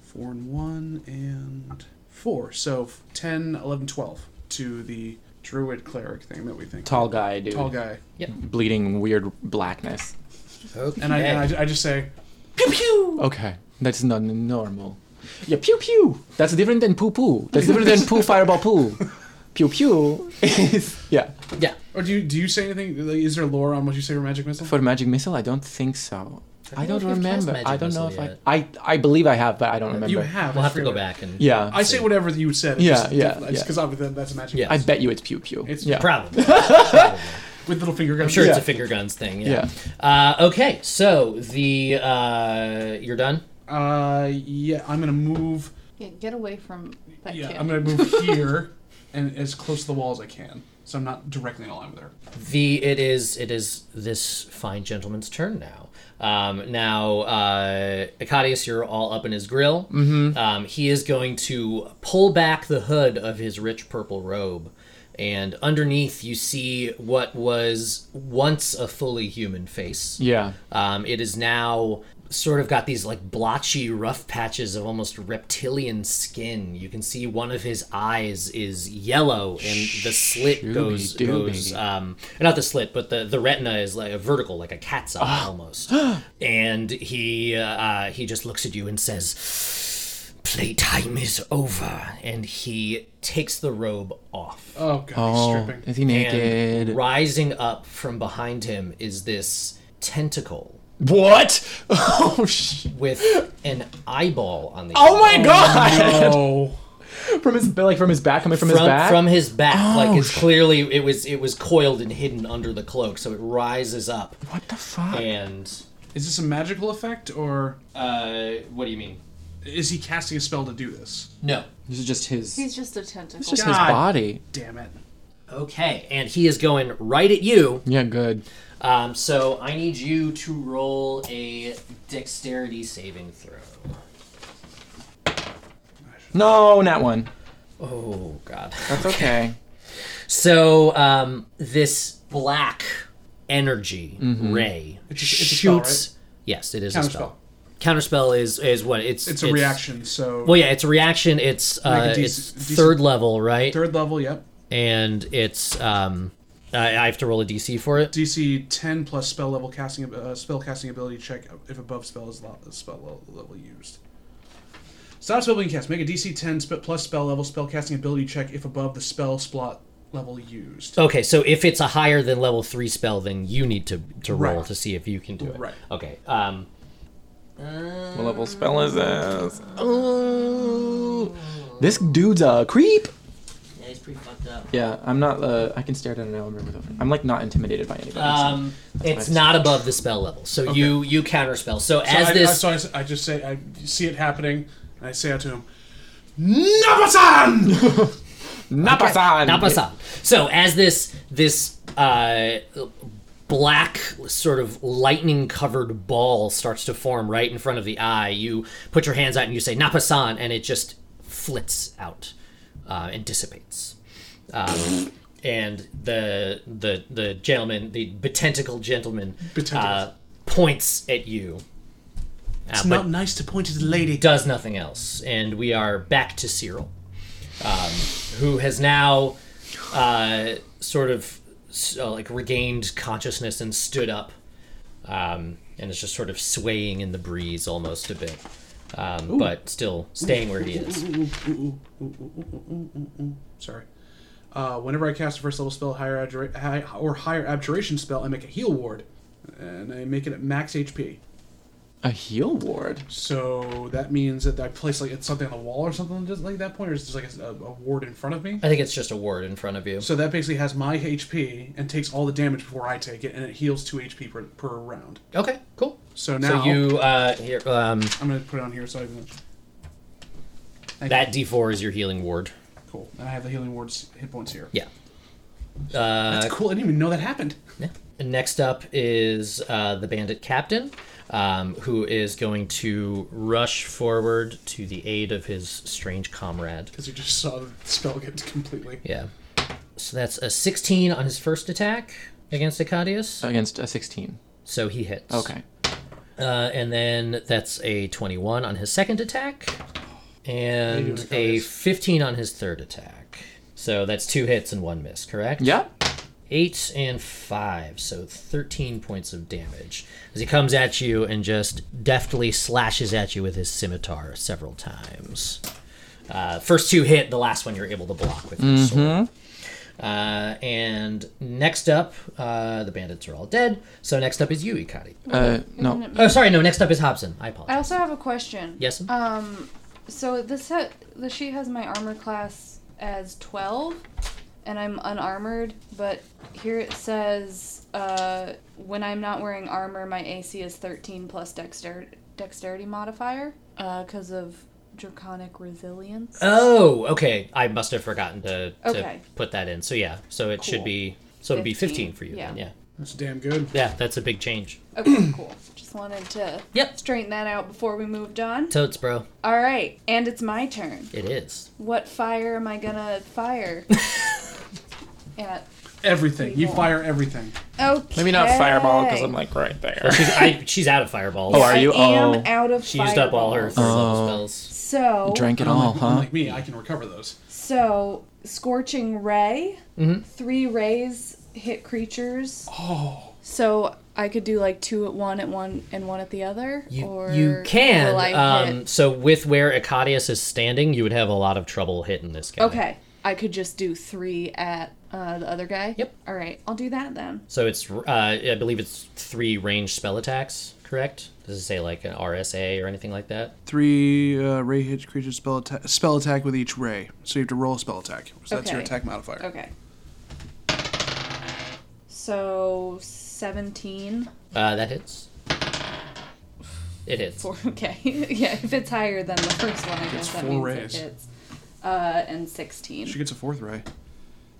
E: Four and one and four. So f- 10, 11, 12 to the druid cleric thing that we think.
C: Tall guy, dude.
E: Tall guy.
C: Bleeding weird blackness.
D: Okay.
E: And I, and I, I just say, pew pew.
C: Okay, that's not normal. Yeah, pew pew. That's different than poo poo. That's different than poo fireball poo. Pew pew. is- yeah.
D: yeah.
E: Or oh, do you do you say anything? Like, is there lore on what you say for magic missile?
C: For magic missile, I don't think so. I
D: know
C: don't
D: if you've cast
C: remember.
D: magic
C: I don't know if
D: missile
C: I,
D: yet.
C: I. I believe I have, but I don't remember.
E: you have.
D: We'll
E: I
D: have to go
E: forget.
D: back and
C: Yeah.
E: I say whatever you said.
C: Yeah,
E: just,
C: yeah, yeah.
E: Because obviously that's a magic.
D: Yeah.
C: I bet you it's pew pew.
E: It's
C: yeah. <laughs>
D: Probably. Probably.
E: missile. With little finger guns.
D: I'm sure it's
C: Yeah.
D: a finger guns thing. Yeah. Uh, okay. So the uh, you're done.
E: Uh, yeah. I'm gonna move.
B: yeah. Get away from that
E: Yeah.
B: kid.
E: I'm gonna move here and as close to the wall as I can. so I'm not directly in line with her.
D: The it is it is this fine gentleman's turn now. Um, now, uh, Acadius, you're all up in his grill. Mm-hmm. Um, he is going to pull back the hood of his rich purple robe, and underneath you see what was once a fully human face.
C: Yeah.
D: Um, it is now sort of got these like blotchy, rough patches of almost reptilian skin. You can see one of his eyes is yellow, and the slit
C: Shooby
D: goes
C: dooby.
D: goes um, not the slit, but the the retina is like a vertical, like a cat's eye almost. and he uh, uh, he just looks at you and says, "Playtime is over," and he takes the robe off.
E: Oh god, he's
C: Oh,
E: stripping.
C: is he
D: And
C: naked?
D: rising up from behind him is this tentacle
C: What? <laughs> Oh sh!
D: with an eyeball on the
C: Oh my god! Oh.
E: No.
C: <laughs> From his like from his back coming from,
D: from
C: his back.
D: from his back Oh. like it's
C: sh-
D: clearly it was it was coiled and hidden under the cloak so it rises up
C: what the fuck?
D: and
E: Is this a magical effect or
D: uh what do you mean
E: is he casting a spell to do this?
D: no
C: This is just his.
B: He's just a tentacle.
C: it's just his
E: God.
C: body.
E: Damn it.
D: okay and he is going right at you
C: Yeah, good.
D: um so i need you to roll a dexterity saving throw
C: No, not one.
D: oh god
C: That's okay.
D: so um this black energy ray
E: a- it's a
D: shoots
E: spell,
D: yes it is a
E: Counterspell.
D: spell counterspell is is what it's
E: It's a reaction, so
D: Well, yeah, it's a reaction. It's uh,
E: Make a dec-
D: it's
E: dec-
D: third level, right?
E: third level, yep.
D: And it's um, I, I have to roll a DC for it.
E: DC 10 plus spell level casting ab- uh, spell casting ability check if above spell is lo- spell lo- level used. Stop spell being cast. Make a DC 10 sp- plus spell level spell casting ability check if above the spell slot level used.
D: Okay, so if it's a higher than level three spell, then you need to to roll
E: Right.
D: to see if you can do it.
E: Right.
D: Okay. Um,
C: what level spell is this? Oh, this dude's a creep.
D: yeah, he's pretty fucked up.
C: Yeah, I'm not. Uh, I can stare down an hour and remember the. I'm like not intimidated by anybody. so
D: Um, it's not above the spell level, so you you counterspell. So
E: So
D: as
E: I,
D: this,
E: I, so I s- I, just say I see it happening and I say out to him,
D: <laughs>
E: Nabasan!
C: Napasan.
D: Not Basan. So as this this uh, black sort of lightning covered ball starts to form right in front of the eye, you put your hands out and you say Napasan, and it just flits out uh, and dissipates. Um, and the the the gentleman, the betentacled gentleman, uh,
E: Betentacled.
D: points at you. Uh,
E: It's
D: but
E: not nice to point at the lady.
D: does nothing else, and we are back to Cyril, um, who has now uh, sort of s- uh, like regained consciousness and stood up, um, and is just sort of swaying in the breeze almost a bit, um, but still staying where he is.
E: Sorry. Uh, whenever I cast a first level spell, higher abjura- high, or higher abjuration spell, I make a heal ward, and I make it at max HP.
C: A heal ward.
E: So that means that I place like it's something on the wall or something just like that point, or is it just like a, a ward in front of me?
D: I think it's just a ward in front of you.
E: So that basically has my HP and takes all the damage before I take it, and it heals two HP per, per round.
D: Okay, cool.
E: So now
D: So you uh, here um,
E: I'm gonna put it on here so I can.
D: that D4 is your healing ward.
E: Cool. And I have the healing ward's hit points here.
D: Yeah. Uh,
E: That's cool. I didn't even know that happened.
D: Yeah. Next up is uh, the bandit captain, um, who is going to rush forward to the aid of his strange comrade.
E: Because you just saw the spell get <laughs> completely.
D: Yeah. So that's a 16 on his first attack against Acadius.
C: Against a 16.
D: So he hits.
C: Okay.
D: Uh, and then that's a 21 on his second attack,
E: you
D: and
E: doing,
D: a
E: Acadius?
D: 15 on his third attack. So that's two hits and one miss, correct?
C: Yeah. Uh,
D: eight and five, so 13 points of damage. As he comes at you and just deftly slashes at you with his scimitar several times. Uh, first two hit, the last one you're able to block with your sword. Uh, and next up, uh, the bandits are all dead. So next up is you, Ikari.
C: Uh, no.
D: Oh, sorry, no. Next up is Hobson. I
B: I
D: apologize.
B: also have a question.
D: Yes.
B: So this ha- the sheet has my armor class as 12, and I'm unarmored, but here it says uh, when I'm not wearing armor, my AC is 13 plus dexter- dexterity modifier because uh, of draconic resilience.
C: Uh,
D: Oh, okay. I must have forgotten to, to
B: Okay.
D: put that in. So yeah, so it should
B: Cool.
D: be so it'd be
B: 15,
D: 15 for you.
B: yeah.
D: then, yeah.
E: That's damn good.
D: Yeah, that's a big change.
C: <clears throat>
B: Okay, cool. Just wanted to
D: Yep.
B: straighten that out before we moved on.
D: Totes, bro.
B: All right, and it's my turn.
D: It is.
B: What fire am I gonna
C: <laughs>
B: fire? at
E: Everything. You fire everything.
B: okay.
C: Maybe not fireball because I'm like right there.
D: She's, I, she's out of fireballs.
C: Oh, are
B: I
C: you?
B: am
C: Oh. Uh,
B: out of.
D: she used up all her
B: fireballs.
D: first level
E: Oh.
D: spells.
B: So
C: Drank it all,
E: Unlike-
C: huh?
E: Unlike me, I can recover those.
B: so scorching ray.
D: Mm-hmm.
B: Three rays hit creatures.
E: Oh,
B: So I could do like two at one at one and one at the other.
D: You,
B: or
D: you can.
B: will I
D: Um,
B: hit-
D: so with where Icadius is standing, you would have a lot of trouble hitting this guy.
B: Okay, I could just do three at uh, the other guy.
D: Yep.
B: All right, I'll do that then.
D: So it's, uh, I believe it's three range spell attacks, correct? Does it say like an RSA or anything like that?
G: Three uh, ray hit creature spell attack, spell attack with each ray. So you have to roll a spell attack. So that's your
B: Okay.
G: attack modifier.
B: Okay. So seventeen.
D: Uh, that hits. It hits.
B: Four. <laughs> Okay. yeah, if it's higher than the first one, I guess that
G: four
B: means
G: rays.
B: it hits. Uh, and sixteen.
G: She gets a fourth ray.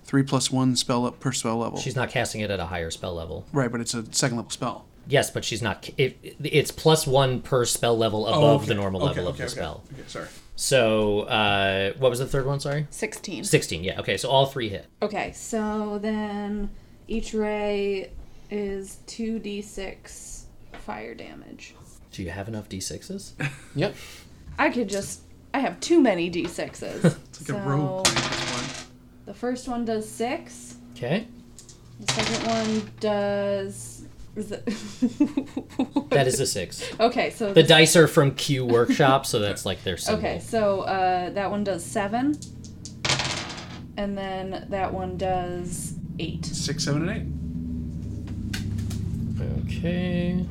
G: Three plus one spell up per spell level.
D: She's not casting it at a higher spell level.
G: right, but it's a second level spell.
D: Yes, but she's not. ca- It, it's plus one per spell level above
E: oh, okay.
D: the normal
E: Okay,
D: level of
E: okay,
D: the
E: okay.
D: spell.
E: Okay, sorry.
D: So, uh, what was the third one? Sorry?
B: Sixteen.
D: 16, yeah. Okay, so all three hit.
B: Okay, so then each ray is 2d6 fire damage.
D: Do you have enough d6s?
C: Yep.
B: I could just. I have too many d6s.
G: <laughs> It's
B: so
G: like a rogue. playing this one.
B: The first one does 6.
D: Okay.
B: The second one does. Is <laughs> it-
D: That is a 6.
B: Okay, so.
D: The dice are from Q Workshop, so that's like their symbol.
B: okay, so uh, that one does 7. And then that one does 8.
E: Six, seven, and
D: Okay.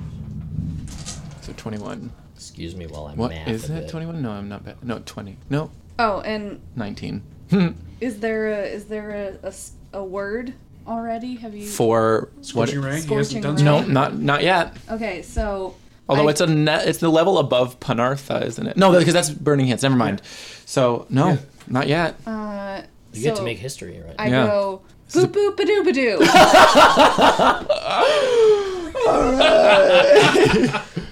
C: So 21.
D: Excuse me while I'm
C: What
D: math
C: is
D: a
C: that?
D: bit.
C: 21? No, I'm not bad. No, 20. No,
B: Oh, and
C: 19.
B: is there a, is there a, a s- a word already? Have you.
C: For
E: eight.
C: what?
E: Scorching ray. He
B: Scorching
E: hasn't done
B: ray.
C: No, not not yet.
B: Okay, so
C: Although
B: I-
C: it's a ne- it's the level above Panartha, isn't it? No, because that's burning hits. Never mind. So no, not yet.
B: uh,
D: You
B: so
D: get to make history, right?
B: I
C: Yeah.
B: go boop boop a doo ba doo.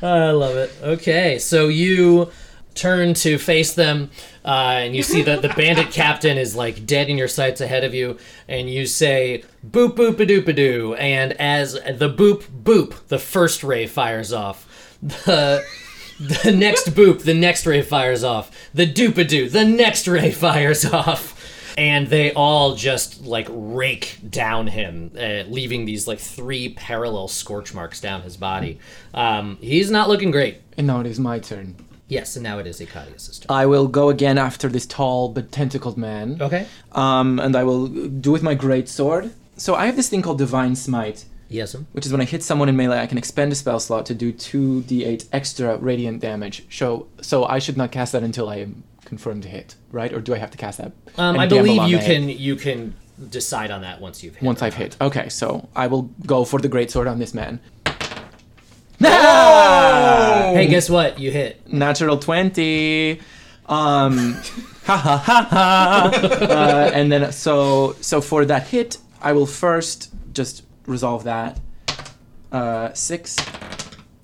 D: I love it. Okay, so you turn to face them, uh, and you see that the
B: <laughs>
D: bandit captain is like dead in your sights ahead of you, and you say boop boop a doop a doo, and as the boop boop, the first ray fires off. <laughs> The the next boop, the next ray fires off. The doop a doo, the next ray <laughs> fires off. And they all just like rake down him, uh, leaving these like three parallel scorch marks down his body. Um, he's not looking great.
C: And now it is my turn.
D: Yes, and now it is Icadius' turn.
C: I will go again after this tall but tentacled man.
D: Okay.
C: Um, and I will do with my great sword. So I have this thing called Divine Smite,
D: Yes, him.
C: which is when I hit someone in melee, I can expend a spell slot to do two d8 extra radiant damage. So so I should not cast that until I am confirmed to hit, right? Or do I have to cast that?
D: Um,
C: and
D: I
C: gamble
D: believe
C: on
D: you
C: my
D: can you can decide on that once you've hit.
C: once
D: or
C: I've
D: not.
C: hit. Okay, so I will go for the great sword on this man. Ah!
D: Hey, guess what? You hit.
C: <laughs> Natural twenty. Um, ha ha ha ha. Uh, and then so so for that hit, I will first just resolve that. Uh, six,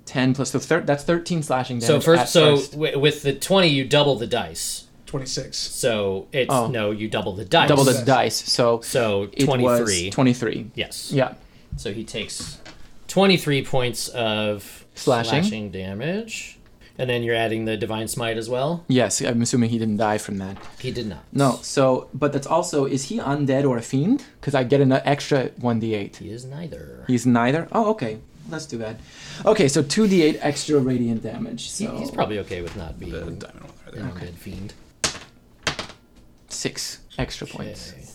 C: ten plus so thir- that's thirteen slashing damage.
D: So
C: at
D: first, so
C: first.
D: wi- with the twenty, you double the dice.
E: Twenty-six.
D: So it's
C: Oh.
D: no, you double the dice.
C: double the dice. So
D: So
C: it was
D: twenty-three.
C: Twenty-three.
D: yes.
C: Yeah.
D: So he takes twenty-three points of
C: Slashing.
D: damage, and then you're adding the divine smite as well.
C: Yes, I'm assuming he didn't die from that.
D: He did not.
C: No, so but that's also is he undead or a fiend? Because I get an extra one d eight.
D: he is neither.
C: He's neither. Oh, okay. That's too bad. Okay, so two d eight extra radiant damage.
D: He-
C: So
D: He's probably okay with not being a
E: Diamond over there.
D: good fiend.
C: six extra points,
D: Okay.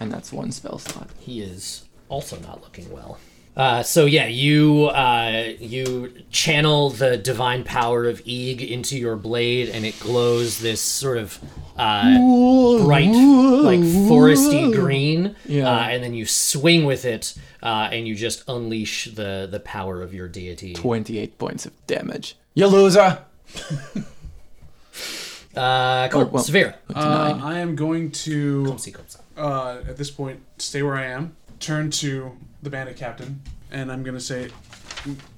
C: and that's one spell slot.
D: he is also not looking well. Uh, so yeah, you uh, you channel the divine power of Eeg into your blade, and it glows this sort of uh, bright, like foresty green.
C: Yeah.
D: Uh, and then you swing with it, uh, and you just unleash the the power of your deity.
C: Twenty eight points of damage. You loser.
D: Uh, cool.
C: Oh, well.
D: Severa.
E: Uh, I am going to,
D: Come see, come see.
E: uh, at this point, stay where I am, turn to the bandit captain, and I'm going to say,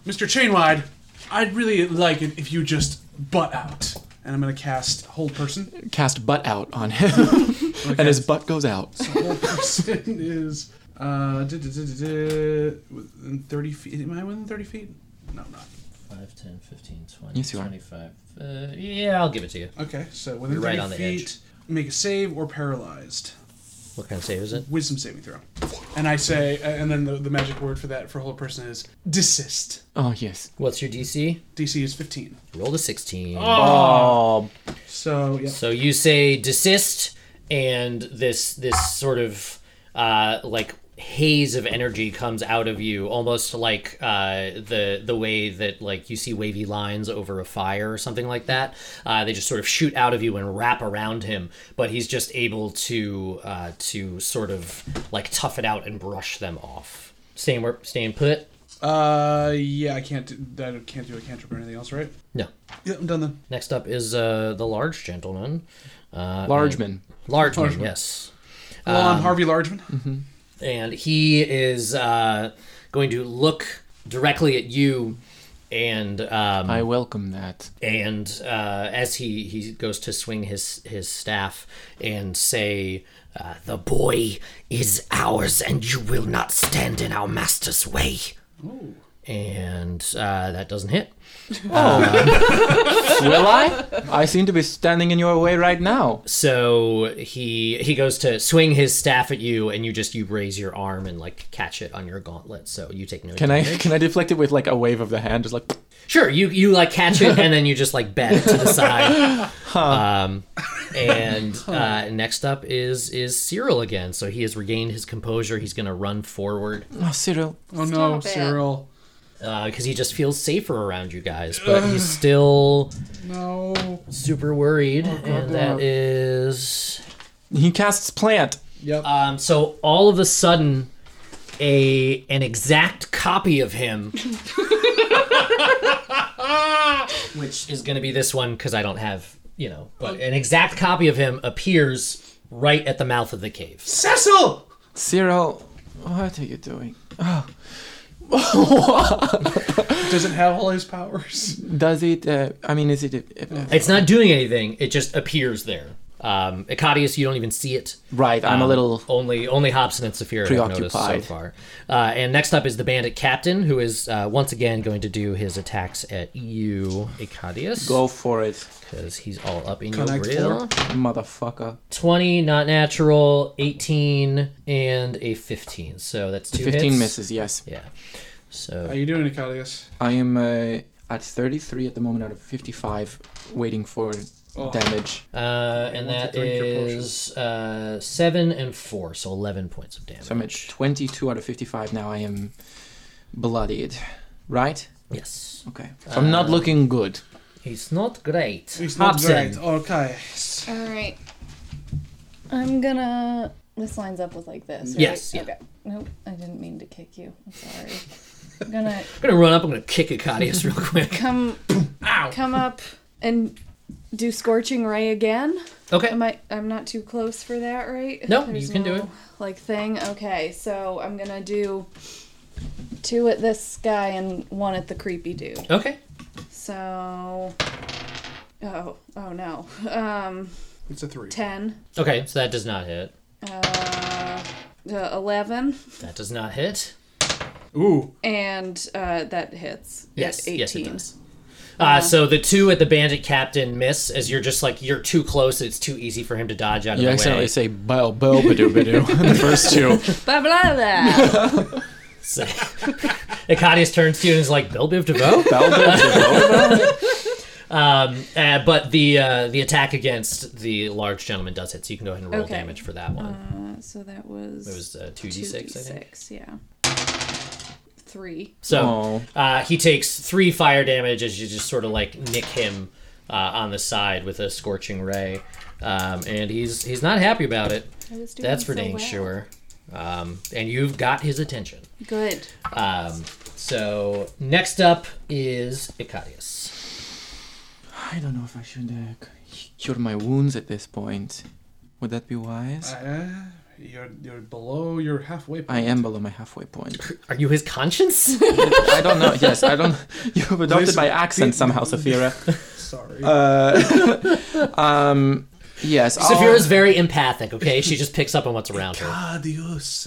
E: Mr. Chainwide, I'd really like it if you just butt out. And I'm going to cast Hold Person.
C: Cast butt out on him, <laughs> and his butt goes out.
E: Hold <laughs> Person is uh, duh, duh, duh, duh, duh, within 30 feet. Am I within 30 feet? No, I'm not.
D: 5, 10, 15, 20,
C: Yes, you are.
D: 25. Uh, yeah, I'll give it to you.
E: Okay, so within
D: You're
E: 30
D: right on the
E: feet,
D: edge.
E: make a save or paralyzed.
D: What kind of save is it?
E: Wisdom saving throw. And I say, uh, and then the, the magic word for that for Hold Person is desist.
C: Oh yes.
D: What's your DC?
E: DC is 15.
D: Roll a 16.
C: Oh,
E: So, yeah.
D: So you say desist, and this this sort of uh, like haze of energy comes out of you, almost like uh, the the way that like you see wavy lines over a fire or something like that. Uh, they just sort of shoot out of you and wrap around him, but he's just able to uh, to sort of like tough it out and brush them off. Staying where staying put.
E: Uh, yeah, I can't do, I can't do a cantrip or anything else, right?
D: No.
E: Yeah, I'm done then.
D: Next up is uh, the large gentleman. Uh,
C: large man.
D: Large, one, yes.
E: Well, I'm
D: Um, <laughs>
E: Harvey Largeman.
D: and he is uh, going to look directly at you and um,
C: I welcome that.
D: and uh, as he, he goes to swing his his staff and say uh, the boy is ours and you will not stand in our master's way and uh, that doesn't hit
C: Will I? I seem to be standing in your way right now.
D: so he he goes to swing his staff at you and you just you raise your arm and like catch it on your gauntlet so you take no
C: Can I
D: damage.
C: can I deflect it with like a wave of the hand, just like
D: Sure, you you like catch it and then you just like bat it to the side. Um, and uh, next up is is Cyril again. So he has regained his composure. He's gonna run forward
C: oh Cyril.
E: Oh no,
F: Stop it.
E: Cyril.
D: because he just feels safer around you guys. But he's still
E: No.
D: super worried, and that is
C: He casts plant.
E: Yep.
D: Um, so all of a sudden, a an exact copy of him, which is going to be this one because I don't have you know, but an exact copy of him appears right at the mouth of the cave.
E: Cecil!
C: Cyril, what are you doing? <laughs>
E: Does it have all his powers?
C: Does it? Uh, I mean, is it? Uh, uh,
D: It's not doing anything; it just appears there. Um, Icadius, you don't even see it.
C: right. I'm a
D: Um,
C: little.
D: only only Hobson and Saphira have noticed so
C: Preoccupied.
D: far. Uh, and next up is the bandit captain, who is uh, once again going to do his attacks at you, Icadius.
C: Go for it,
D: because he's all up in
E: Connect
D: your grill.
C: motherfucker.
D: 20, not natural, 18, and a 15. So that's two
C: Fifteen
D: hits.
C: misses. Yes.
D: Yeah.
E: How
D: So
E: you doing, Icadius?
C: I am uh, at 33 at the moment out of 55, waiting for damage.
D: uh, and
E: want to
D: that
E: drink your
D: is uh, 7 and 4, so 11 points of damage.
C: So I'm at 22 out of 55 now. I am bloodied. Right?
D: yes.
C: Okay. So I'm not looking good.
D: He's not great.
E: He's not
D: Hobson.
E: great. Okay.
B: All right. I'm gonna. This lines up with like this. Right?
D: Yes, yeah.
B: Okay. Nope. I didn't mean to kick you. I'm sorry. I'm gonna
D: I'm going to run up. I'm going to kick Acadius real
E: <laughs>
D: quick.
B: come. Come up and do scorching ray again.
D: Okay.
B: Am I? I'm not too close for that, right?
D: No, you can do it.
B: Like thing. Okay, so I'm gonna do two at this guy and one at the creepy dude.
D: Okay.
B: So. Oh, oh no. Um,
E: It's a three.
B: 10,
D: Okay, so that does not hit.
B: uh, uh, 11,
D: That does not hit.
E: Ooh.
B: and uh, that hits. at
D: Yes,
B: 18.
D: yes, it does. Uh, so the two at the bandit captain miss as you're just like you're too close. It's too easy for him to dodge out of
C: You
D: the way.
C: accidentally say bell bell badoo badoo in the first <laughs> two.
B: Blah, blah,
D: <laughs>
B: blah.
D: So, <laughs> Icadius turns to you and is like, "Belbiv Devoe."
C: Bell bell <laughs> badoo.
D: Um, uh, but the uh, the attack against the large gentleman does hit, so you can go ahead and roll
B: Okay.
D: damage for that one.
B: so that was.
D: it was uh, two d six, I think.
B: 2d6, yeah. 3.
D: So
C: Oh.
D: uh, he takes three fire damage as you just sort of like nick him uh, on the side with a scorching ray, um, and he's he's not happy about it.
B: I was doing
D: That's for
B: so
D: dang
B: well.
D: sure. Um, and you've got his attention.
B: Good.
D: Um, so next up is Icadius.
C: I don't know if I should uh, c- cure my wounds at this point. Would that be wise?
E: Uh, you're you're below your halfway point.
C: I am below my halfway point.
D: Are you
C: <laughs>
D: his conscience? <laughs>
C: I don't know. Yes, I don't. <laughs> You've adopted
E: Please-
C: my accent
E: please-
C: somehow, <laughs> Safira.
E: Sorry.
C: Uh, <laughs> Um, yes. I'll-
D: Saphira's very empathic, okay? She just picks up on what's around her.
E: Adios.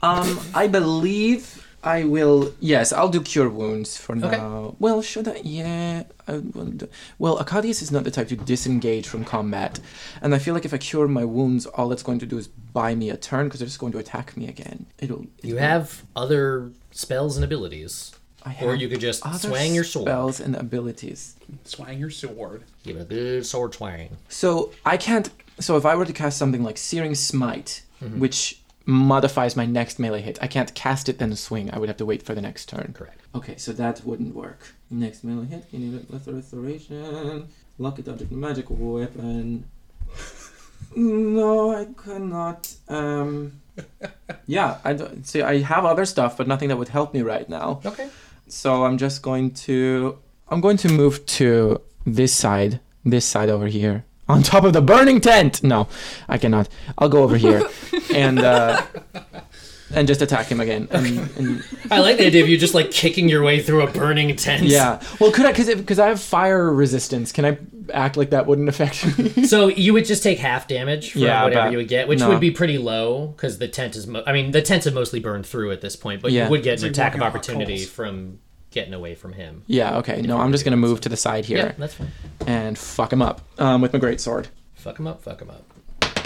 C: Um, I believe I will. Yes, I'll do cure wounds for now. Well, should I? Yeah. I will do- well, Arcadius is not the type to disengage from combat, and I feel like if I cure my wounds, all that's going to do is buy me a turn because they're just going to attack me again. It'll.
D: You have other spells and abilities.
C: I
D: or
C: have
D: you could just
C: other
D: swang your sword.
C: spells and abilities.
E: Swang your sword.
D: Give it a good sword twang.
C: So I can't. So if I were to cast something like Searing Smite,
D: Mm-hmm.
C: which modifies my next melee hit, I can't cast it then swing. I would have to wait for the next turn.
D: Correct.
C: Okay, so that wouldn't work. Next melee hit, you need left restoration. Lucky object, magic weapon. No, I could not. Um, yeah, I don't, see. I have other stuff, but nothing that would help me right now.
D: Okay.
C: So I'm just going to I'm going to move to this side, this side over here, on top of the burning tent. No, I cannot. I'll go over here and uh, and just attack him again. And, and,
D: I like the idea of you just like kicking your way through a burning tent.
C: yeah. Well, could I? Because because I have fire resistance. Can I act like that wouldn't affect me?
D: So you would just take half damage for
C: Yeah,
D: whatever
C: about-
D: you would get, which
C: no.
D: would be pretty low because the tent is. Mo- I mean, the tents have mostly burned through at this point, but
C: Yeah.
D: you would get
E: It's
D: an
E: like
D: attack of
E: walking on hot
D: opportunity
E: coals.
D: from getting away from him.
C: <laughs> yeah. Okay. No, I'm just gonna move to the side
D: Yeah,
C: here
D: that's fine.
C: and fuck him up um, with my great sword.
D: Fuck him up. Fuck him up.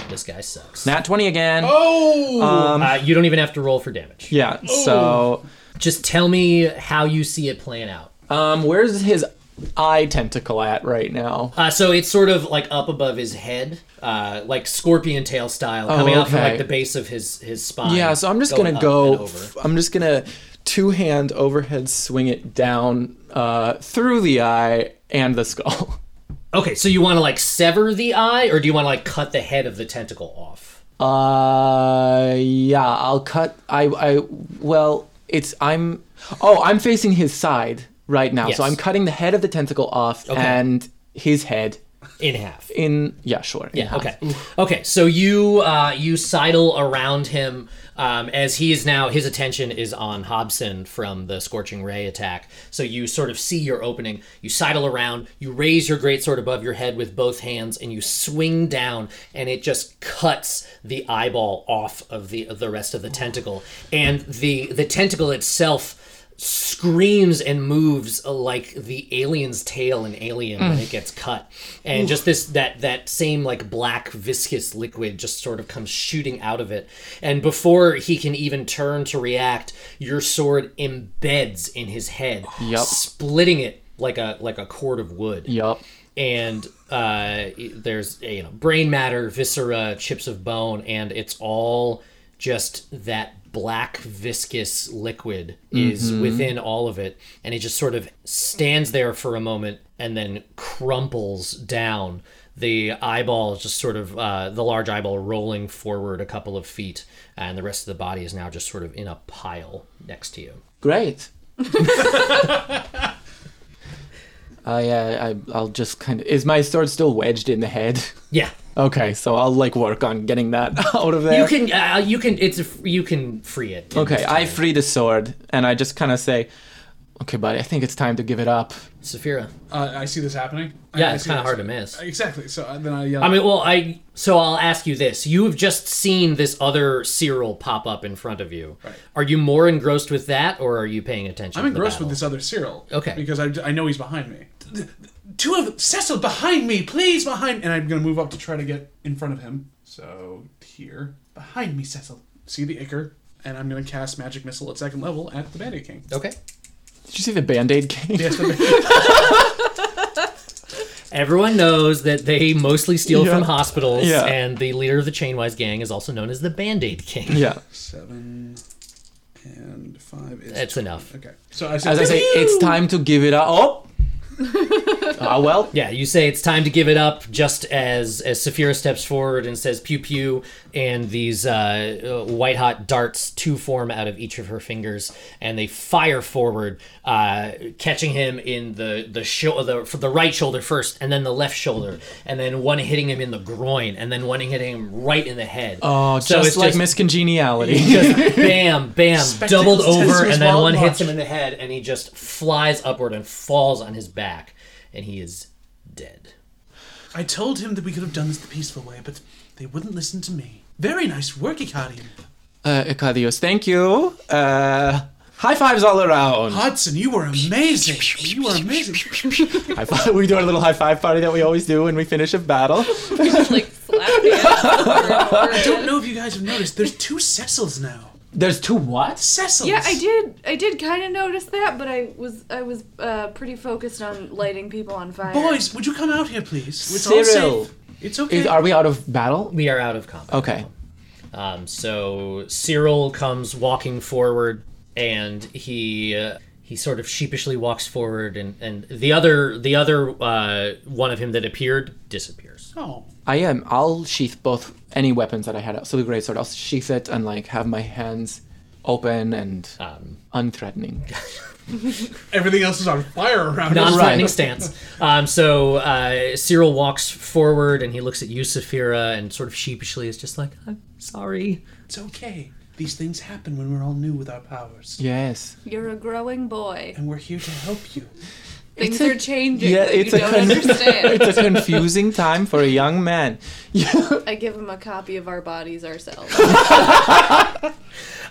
D: This guy sucks.
C: Nat twenty again.
E: Oh!
C: um,
D: uh, you don't even have to roll for damage.
C: Yeah. So
D: Just tell me how you see it playing out.
C: um, where's his eye tentacle at right now?
D: Uh, so it's sort of like up above his head, uh, like scorpion tail style, coming out from
C: okay.
D: like the base of his his spine.
C: Yeah, so I'm just
D: going
C: gonna
D: up and
C: go.
D: over.
C: f- I'm just gonna two hand overhead swing it down uh, through the eye and the skull. <laughs>
D: Okay, so you want to like sever the eye, or do you want to like cut the head of the tentacle off?
C: Uh, yeah, I'll cut. I, I, well, it's I'm. Oh, I'm facing his side right now,
D: Yes.
C: so I'm cutting the head of the tentacle off and his head
D: In half.
C: in. Yeah, sure. in
D: Yeah.
C: half.
D: Okay. Okay. So you uh, you sidle around him um, as he is now his attention is on Hobson from the scorching ray attack. So you sort of see your opening. You sidle around. You raise your greatsword above your head with both hands, and you swing down, and it just cuts the eyeball off of the of the rest of the tentacle, and the the tentacle itself screams and moves like the alien's tail in alien when
C: Mm.
D: it gets cut and just this that that same like black viscous liquid just sort of comes shooting out of it and before he can even turn to react your sword embeds in his head
C: Yup.
D: splitting it like a like a cord of wood
C: Yup.
D: and uh, there's you know brain matter, viscera, chips of bone, and it's all just that black viscous liquid is
C: Mm-hmm.
D: within all of it, and it just sort of stands there for a moment and then crumples down. The eyeball is just sort of uh, the large eyeball rolling forward a couple of feet, and the rest of the body is now just sort of in a pile next to you.
C: Great. <laughs> Uh, I, uh, I, I'll just kind of. Is my sword still wedged in the head? <laughs>
D: Yeah.
C: Okay, so I'll like work on getting that <laughs> out of there.
D: You can, uh, you can, it's, a, you can free it. in
C: okay,
D: this
C: I
D: time.
C: free the sword and I just kind of say, "Okay, buddy, I think it's time to give it up."
D: Saphira.
E: Uh, I see this happening. I-
D: Yeah,
E: I
D: it's
E: see
D: kind of
E: this.
D: hard to miss.
E: Exactly. So uh, then I yell.
D: I mean, well, I so I'll ask you this: you have just seen this other Cyril pop up in front of you. Right. Are you more engrossed with that, or are you paying attention?
E: I'm
D: to
E: engrossed
D: the
E: with this other Cyril.
D: Okay.
E: Because I, I know he's behind me. Th- th- Two of them, Cecil, behind me, please, behind. And I'm gonna move up to try to get in front of him. So here, behind me, Cecil. See the ichor, and I'm gonna cast magic missile at second level at the Bandit King.
D: Okay.
C: Did you see the Band-Aid game?
E: Yes, the-
D: Everyone knows that they mostly steal
E: <laughs>
C: Yeah.
D: from hospitals,
C: Yeah.
D: and the leader of the Chainwise Gang is also known as the Band Aid
C: <laughs>
D: King.
C: yeah.
E: seven and five is.
D: That's enough.
E: Okay. So I said,
C: As I say, it's time to give it up. Oh, <laughs> Ah, well,
D: Yeah, you say it's time to give it up just as as Saphira steps forward and says pew pew and these uh, white hot darts two form out of each of her fingers and they fire forward uh, catching him in the the sho- the for the right shoulder first and then the left shoulder and then one hitting him in the groin and then one hitting him right in the head.
C: oh,
D: So
C: just
D: it's
C: like
D: just-
C: Miss Congeniality. <laughs>
D: just bam, bam,
E: Spectacles
D: doubled over,
E: tensor's
D: and then
E: wild
D: one
E: march.
D: hits him in the head, and he just flies upward and falls on his back, and he is dead.
E: I told him that we could have done this the peaceful way, but they wouldn't listen to me. Very nice work, Ikarian.
C: Uh, Icadios, thank you. Uh, high fives all around.
E: Hudson, you were amazing. You were amazing.
C: High five. <laughs> We do our little high five party that we always do when we finish a battle.
F: like slap hands over and over
E: I don't
F: again.
E: know if you guys have noticed, there's two Cecils now.
C: There's two what?
E: Cecils.
B: Yeah, I did. I did kind of notice that, but I was I was uh, pretty focused on lighting people on fire.
E: Boys, would you come out here, please? It's all
C: Cyril.
E: safe. It's okay.
C: Is, are we out of battle?
D: We are out of combat.
C: Okay.
D: Um, so Cyril comes walking forward, and he uh, he sort of sheepishly walks forward, and, and the other the other uh, one of him that appeared disappears.
E: oh,
C: I am. I'll sheath both any weapons that I had. So the greatsword, I'll sheath it and like have my hands open and
D: Um,
C: unthreatening.
E: everything else is on fire around
D: non-threatening
C: Right.
D: stance. Um, so uh, Cyril walks forward and he looks at you, Saphira, and sort of sheepishly is just like, "I'm sorry."
E: It's okay. These things happen when we're all new with our powers.
C: Yes.
B: You're a growing boy.
E: And we're here to help you.
B: Things are changing.
C: yeah,
B: that
C: it's
B: you
C: a
B: don't
C: con- <laughs>
B: understand.
C: It's a confusing time for a young man.
B: I give him a copy of Our Bodies
C: <laughs>
B: Ourselves.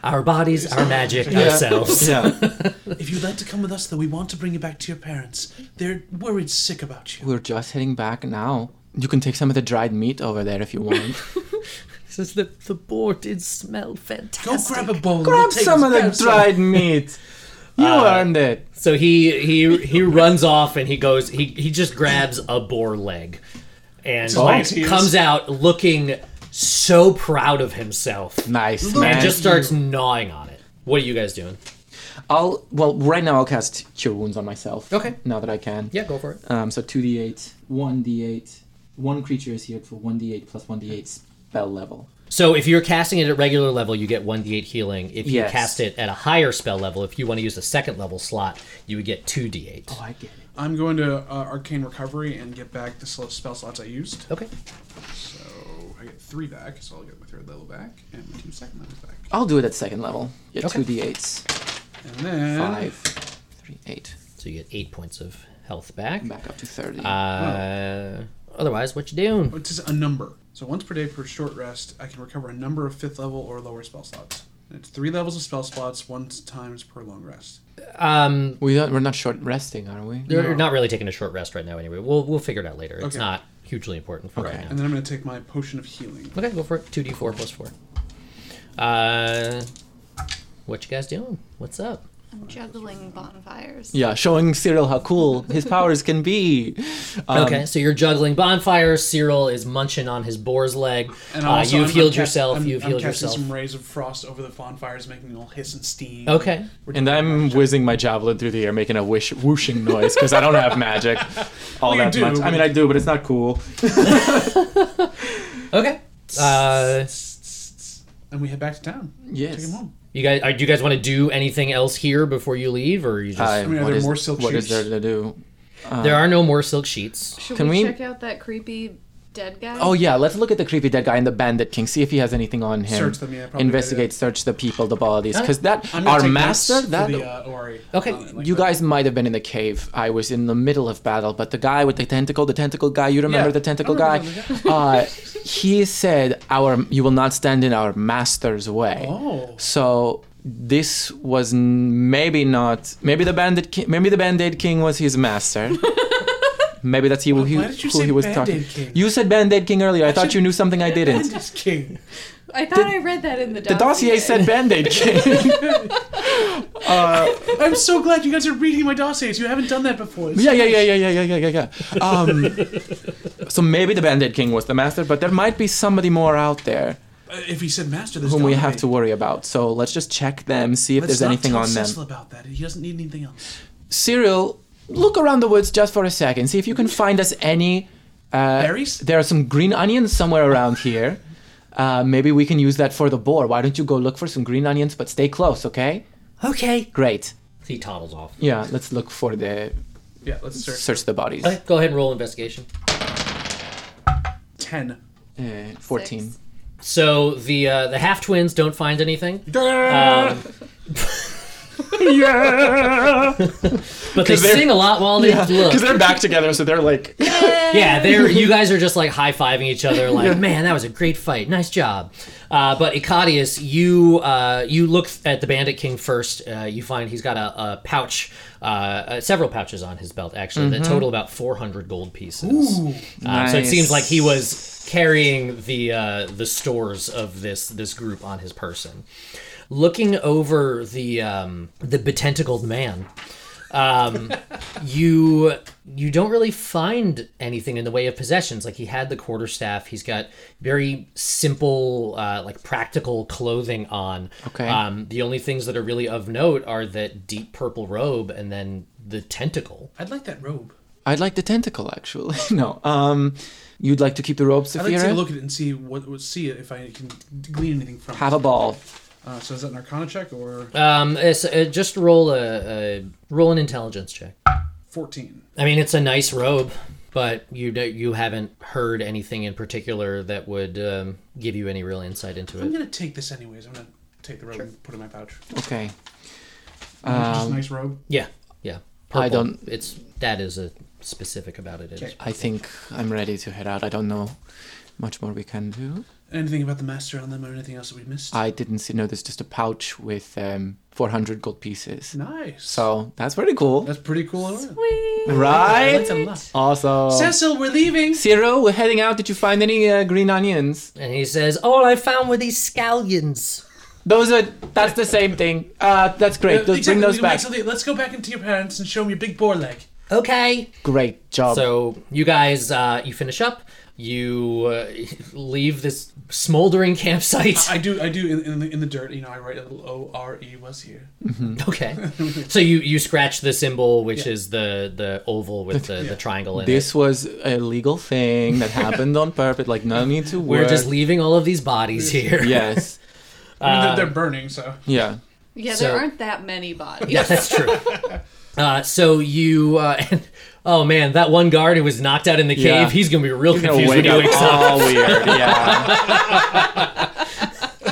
D: Our bodies, our magic,
C: <laughs>
D: ourselves.
C: Yeah.
E: If you'd like to come with us, though, we want to bring you back to your parents. They're worried sick about you.
C: We're just heading back now. You can take some of the dried meat over there if you want.
D: Says the the boar did smell fantastic.
E: Go grab a bowl. and
C: Grab
E: we'll take
C: some
E: us
C: of the
E: down some-
C: dried meat. You earned it.
D: So he he he runs off and he goes he he just grabs a boar leg and like,
E: volunteers.
D: comes out looking so proud of himself
C: Nice,
D: and
C: man.
D: just starts gnawing on it. What are you guys doing?
C: I'll well right now I'll cast cure wounds on myself.
D: Okay.
C: Now that I can.
D: Yeah, go for it.
C: Um, so two d eight, one d eight, one creature is healed for one d eight plus one d eight spell level.
D: So if you're casting it at regular level, you get 1d8 healing. If you
C: Yes.
D: cast it at a higher spell level, if you want to use a second level slot, you would get 2d8.
C: I get it.
H: I'm going to uh, Arcane Recovery and get back the sl- spell slots I used.
D: Okay.
H: So I get three back, so I'll get my third level back and my two second levels back.
C: I'll do it at second level. Yeah,
D: Okay.
C: two d eights,
H: And then
C: five, three, eight,
D: So you get 8 points of health back.
C: back up to thirty.
D: Uh, otherwise, what you doing?
H: It's just Oh, a number. So once per day per short rest, I can recover a number of fifth level or lower spell slots. And it's three levels of spell slots, one times per long rest.
D: Um,
C: we don't, we're not short resting, are we?
D: you're you're not really taking a short rest right now anyway. We'll, we'll figure it out later. It's
H: Okay.
D: not hugely important for
C: Okay.
D: right
H: And
D: now.
H: then I'm going to take my potion of healing.
D: Okay, go for it. 2d4 plus 4. Uh, what you guys doing? What's up?
B: I'm juggling bonfires.
C: Yeah, showing Cyril how cool his powers can be. Um,
D: Okay, so you're juggling bonfires. Cyril is munching on his boar's leg.
H: And
D: Uh,
H: also,
D: you've
H: I'm- I'm
D: healed
H: ca-
D: yourself.
H: I'm-
D: you've
H: I'm
D: healed
H: casting
D: yourself.
H: some rays of frost over the bonfires, making them all hiss and steam.
D: Okay.
C: And
H: <laughs>
C: I'm whizzing my javelin through the air, making a wish, whooshing noise because I don't have
H: <laughs>
C: magic all
H: you
C: that
H: do,
C: much. I mean, I do, but it's not cool.
D: Okay. Uh,
H: And we head back to town.
C: Yes.
H: Take him home.
D: you guys, are, do you guys want to do anything else here before you leave, or you just?
C: I,
H: mean, are
C: what
H: there
C: is-
H: more silk
C: what is
H: sheets?
C: there to do?
D: there are no more silk sheets.
B: Should
C: Can
B: we,
C: we-
B: check out that creepy dead guy?
C: Oh yeah, let's look at the creepy dead guy and the bandit king. See if he has anything on him.
H: Search them, yeah, probably
C: Investigate,
H: better.
C: search the people, the bodies, because that
H: I'm gonna
C: our
H: take
C: master.
H: notes for
C: That
H: the, uh, Ori.
D: Okay.
H: on it, like
C: you
H: that.
C: guys might have been in the cave. I was in the middle of battle, but the guy with the tentacle, the tentacle guy, you remember
H: Yeah,
C: the tentacle
H: I
C: guy?
H: remember <laughs>
C: uh, he said, "Our, you will not stand in our master's way."
H: Oh.
C: So this was n- maybe not. Maybe the bandit. Ki- maybe the bandit king was his
H: <laughs>
C: master. maybe that's he, who he,
H: why did you
C: who
H: say
C: he was
H: Band-Aid
C: talking.
H: King?
C: You said bandit king earlier. I, thought you knew something I didn't.
H: Bandit's king.
B: I thought I read that in the
C: The
B: dossier.
C: dossier said Band-Aid King.
H: I'm so glad you guys are reading my dossiers. You haven't done that before. It's
C: yeah, yeah, yeah, yeah, yeah, yeah, yeah, yeah, yeah. <laughs> Um, so maybe the Band-Aid King was the master, but there might be somebody more out there
E: Uh, if he said master, there's
C: whom we
E: gotta
C: have
E: be.
C: to worry about. So let's just check them, see if
E: Let's
C: there's
E: not
C: anything
E: tell
C: on them.
E: Cecil about that. He doesn't need anything else.
C: Cyril, look around the woods just for a second, see if you can find us any uh,
E: Berries?
C: There are some green onions somewhere around here. Uh, maybe we can use that for the boar. Why don't you go look for some green onions, but stay close, okay?
D: Okay.
C: Great.
D: He toddles off.
C: Yeah, let's look for the
H: Yeah, let's search.
C: search the bodies.
D: Okay, go ahead and roll investigation.
H: Ten.
C: Uh, Fourteen.
F: Six.
D: So the uh, the half twins don't find anything. Um,
C: <laughs>
D: but they
C: they're-
D: sing a lot while they
C: <laughs>
D: look.
C: they're back together, so they're like,
D: yeah, they're you guys are just like high fiving each other, like, man, that was a great fight, nice job. Uh, but Icadius, you uh, you look at the Bandit King first. Uh, you find he's got a, a pouch, uh, uh, several pouches on his belt actually that total about four hundred gold pieces. Uh, So it
C: nice.
D: seems like he was carrying the uh, the stores of this this group on his person. Looking over the um, the betentacled man you you don't really find anything in the way of possessions like he had the quarterstaff he's got very simple uh, like practical clothing on
C: Okay.
D: um, the only things that are really of note are that deep purple robe and then the tentacle
H: I'd like that robe.
C: I'd like the tentacle, actually. <laughs> no. Um, you'd like to keep the rope,
H: I'd like to take a
C: Saphira?
H: look at it and see what, what see if I can glean anything from
C: Have
H: it.
C: a ball.
H: Uh, so is that an Arcana check or
D: um, it's, uh, just roll a, a roll an intelligence check
H: fourteen?
D: i mean it's a nice robe but you don't- you haven't heard anything in particular that would um, give you any real insight into
H: I'm
D: it
H: gonna take this anyways. I'm gonna take the robe and put it in my pouch.
C: Okay.
H: Just a nice robe.
D: yeah yeah
C: I don't-
D: it's that is a specific about it It is
H: Okay.
C: I think I'm ready to head out. I don't know much more we can do.
H: Anything about the master on them or anything else that we missed?
C: I didn't see. No, there's just a pouch with um, 400 gold pieces.
H: nice.
C: So that's pretty cool,
H: that's pretty cool. alright. I like
C: right?
H: that a lot.
C: Awesome.
H: Cecil, we're leaving.
C: Cyril, we're heading out. Did you find any uh, green onions?
D: And he says, All I found were these scallions.
C: Those are. That's the same thing. Uh, that's great. Those,
H: Exactly,
C: Bring those
H: we can make
C: back.
H: something- Let's go back into your parents and show them your big boar leg.
D: Okay.
C: Great job.
D: So you guys, uh, you finish up. You uh, <laughs> leave this smoldering campsite.
H: I do, I do in, in, the, in the dirt. You know, I write a little O R E was here.
D: <laughs> okay. so you you scratch the symbol, which is the the oval with the, the triangle in it.
C: This was a legal thing that happened on purpose. Like, no need to worry.
D: We're just leaving all of these bodies here.
C: yes.
H: I mean,
C: Uh,
H: they're, they're burning, so <laughs>
C: Yeah.
F: Yeah,
D: So-
F: there aren't that many bodies.
D: <laughs> Yeah, that's true. Uh, so you, uh, <laughs> oh man, that one guard who was knocked out in the cave,
C: Yeah.
D: he's gonna be real
C: Gonna
D: confused when
C: wake
D: he
C: up
D: wakes up.
C: all weird.
H: <laughs>
C: Yeah.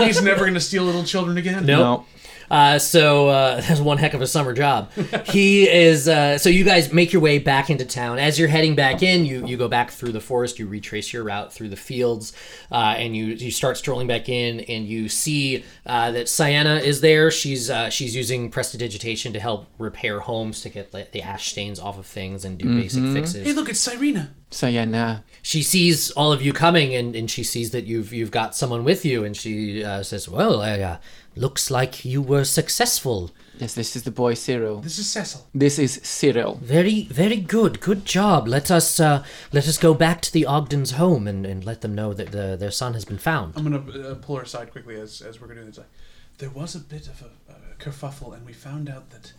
H: he's never gonna steal little children again.
D: Nope.
C: No.
D: Uh, so uh, <laughs> that's one heck of a summer job. He is. Uh, so you guys make your way back into town. As you're heading back in, you you go back through the forest. You retrace your route through the fields, uh, and you you start strolling back in, and you see uh, that Sienna is there. She's uh, she's using prestidigitation to help repair homes to get the, the ash stains off of things and do basic fixes
H: Hey, look, it's Cyrena.
C: So yeah, nah.
D: she sees all of you coming and, and she sees that you've you've got someone with you and she uh, says well I, uh, looks like you were successful
C: Yes, this is the boy Cyril.
H: This is Cecil.
C: This is Cyril.
D: very very good good job let us uh, let us go back to the ogdens home and, and let them know that the, their son has been found
H: I'm gonna uh, pull her aside quickly as, as we're gonna do this. Like, there was a bit of a, a kerfuffle, and we found out that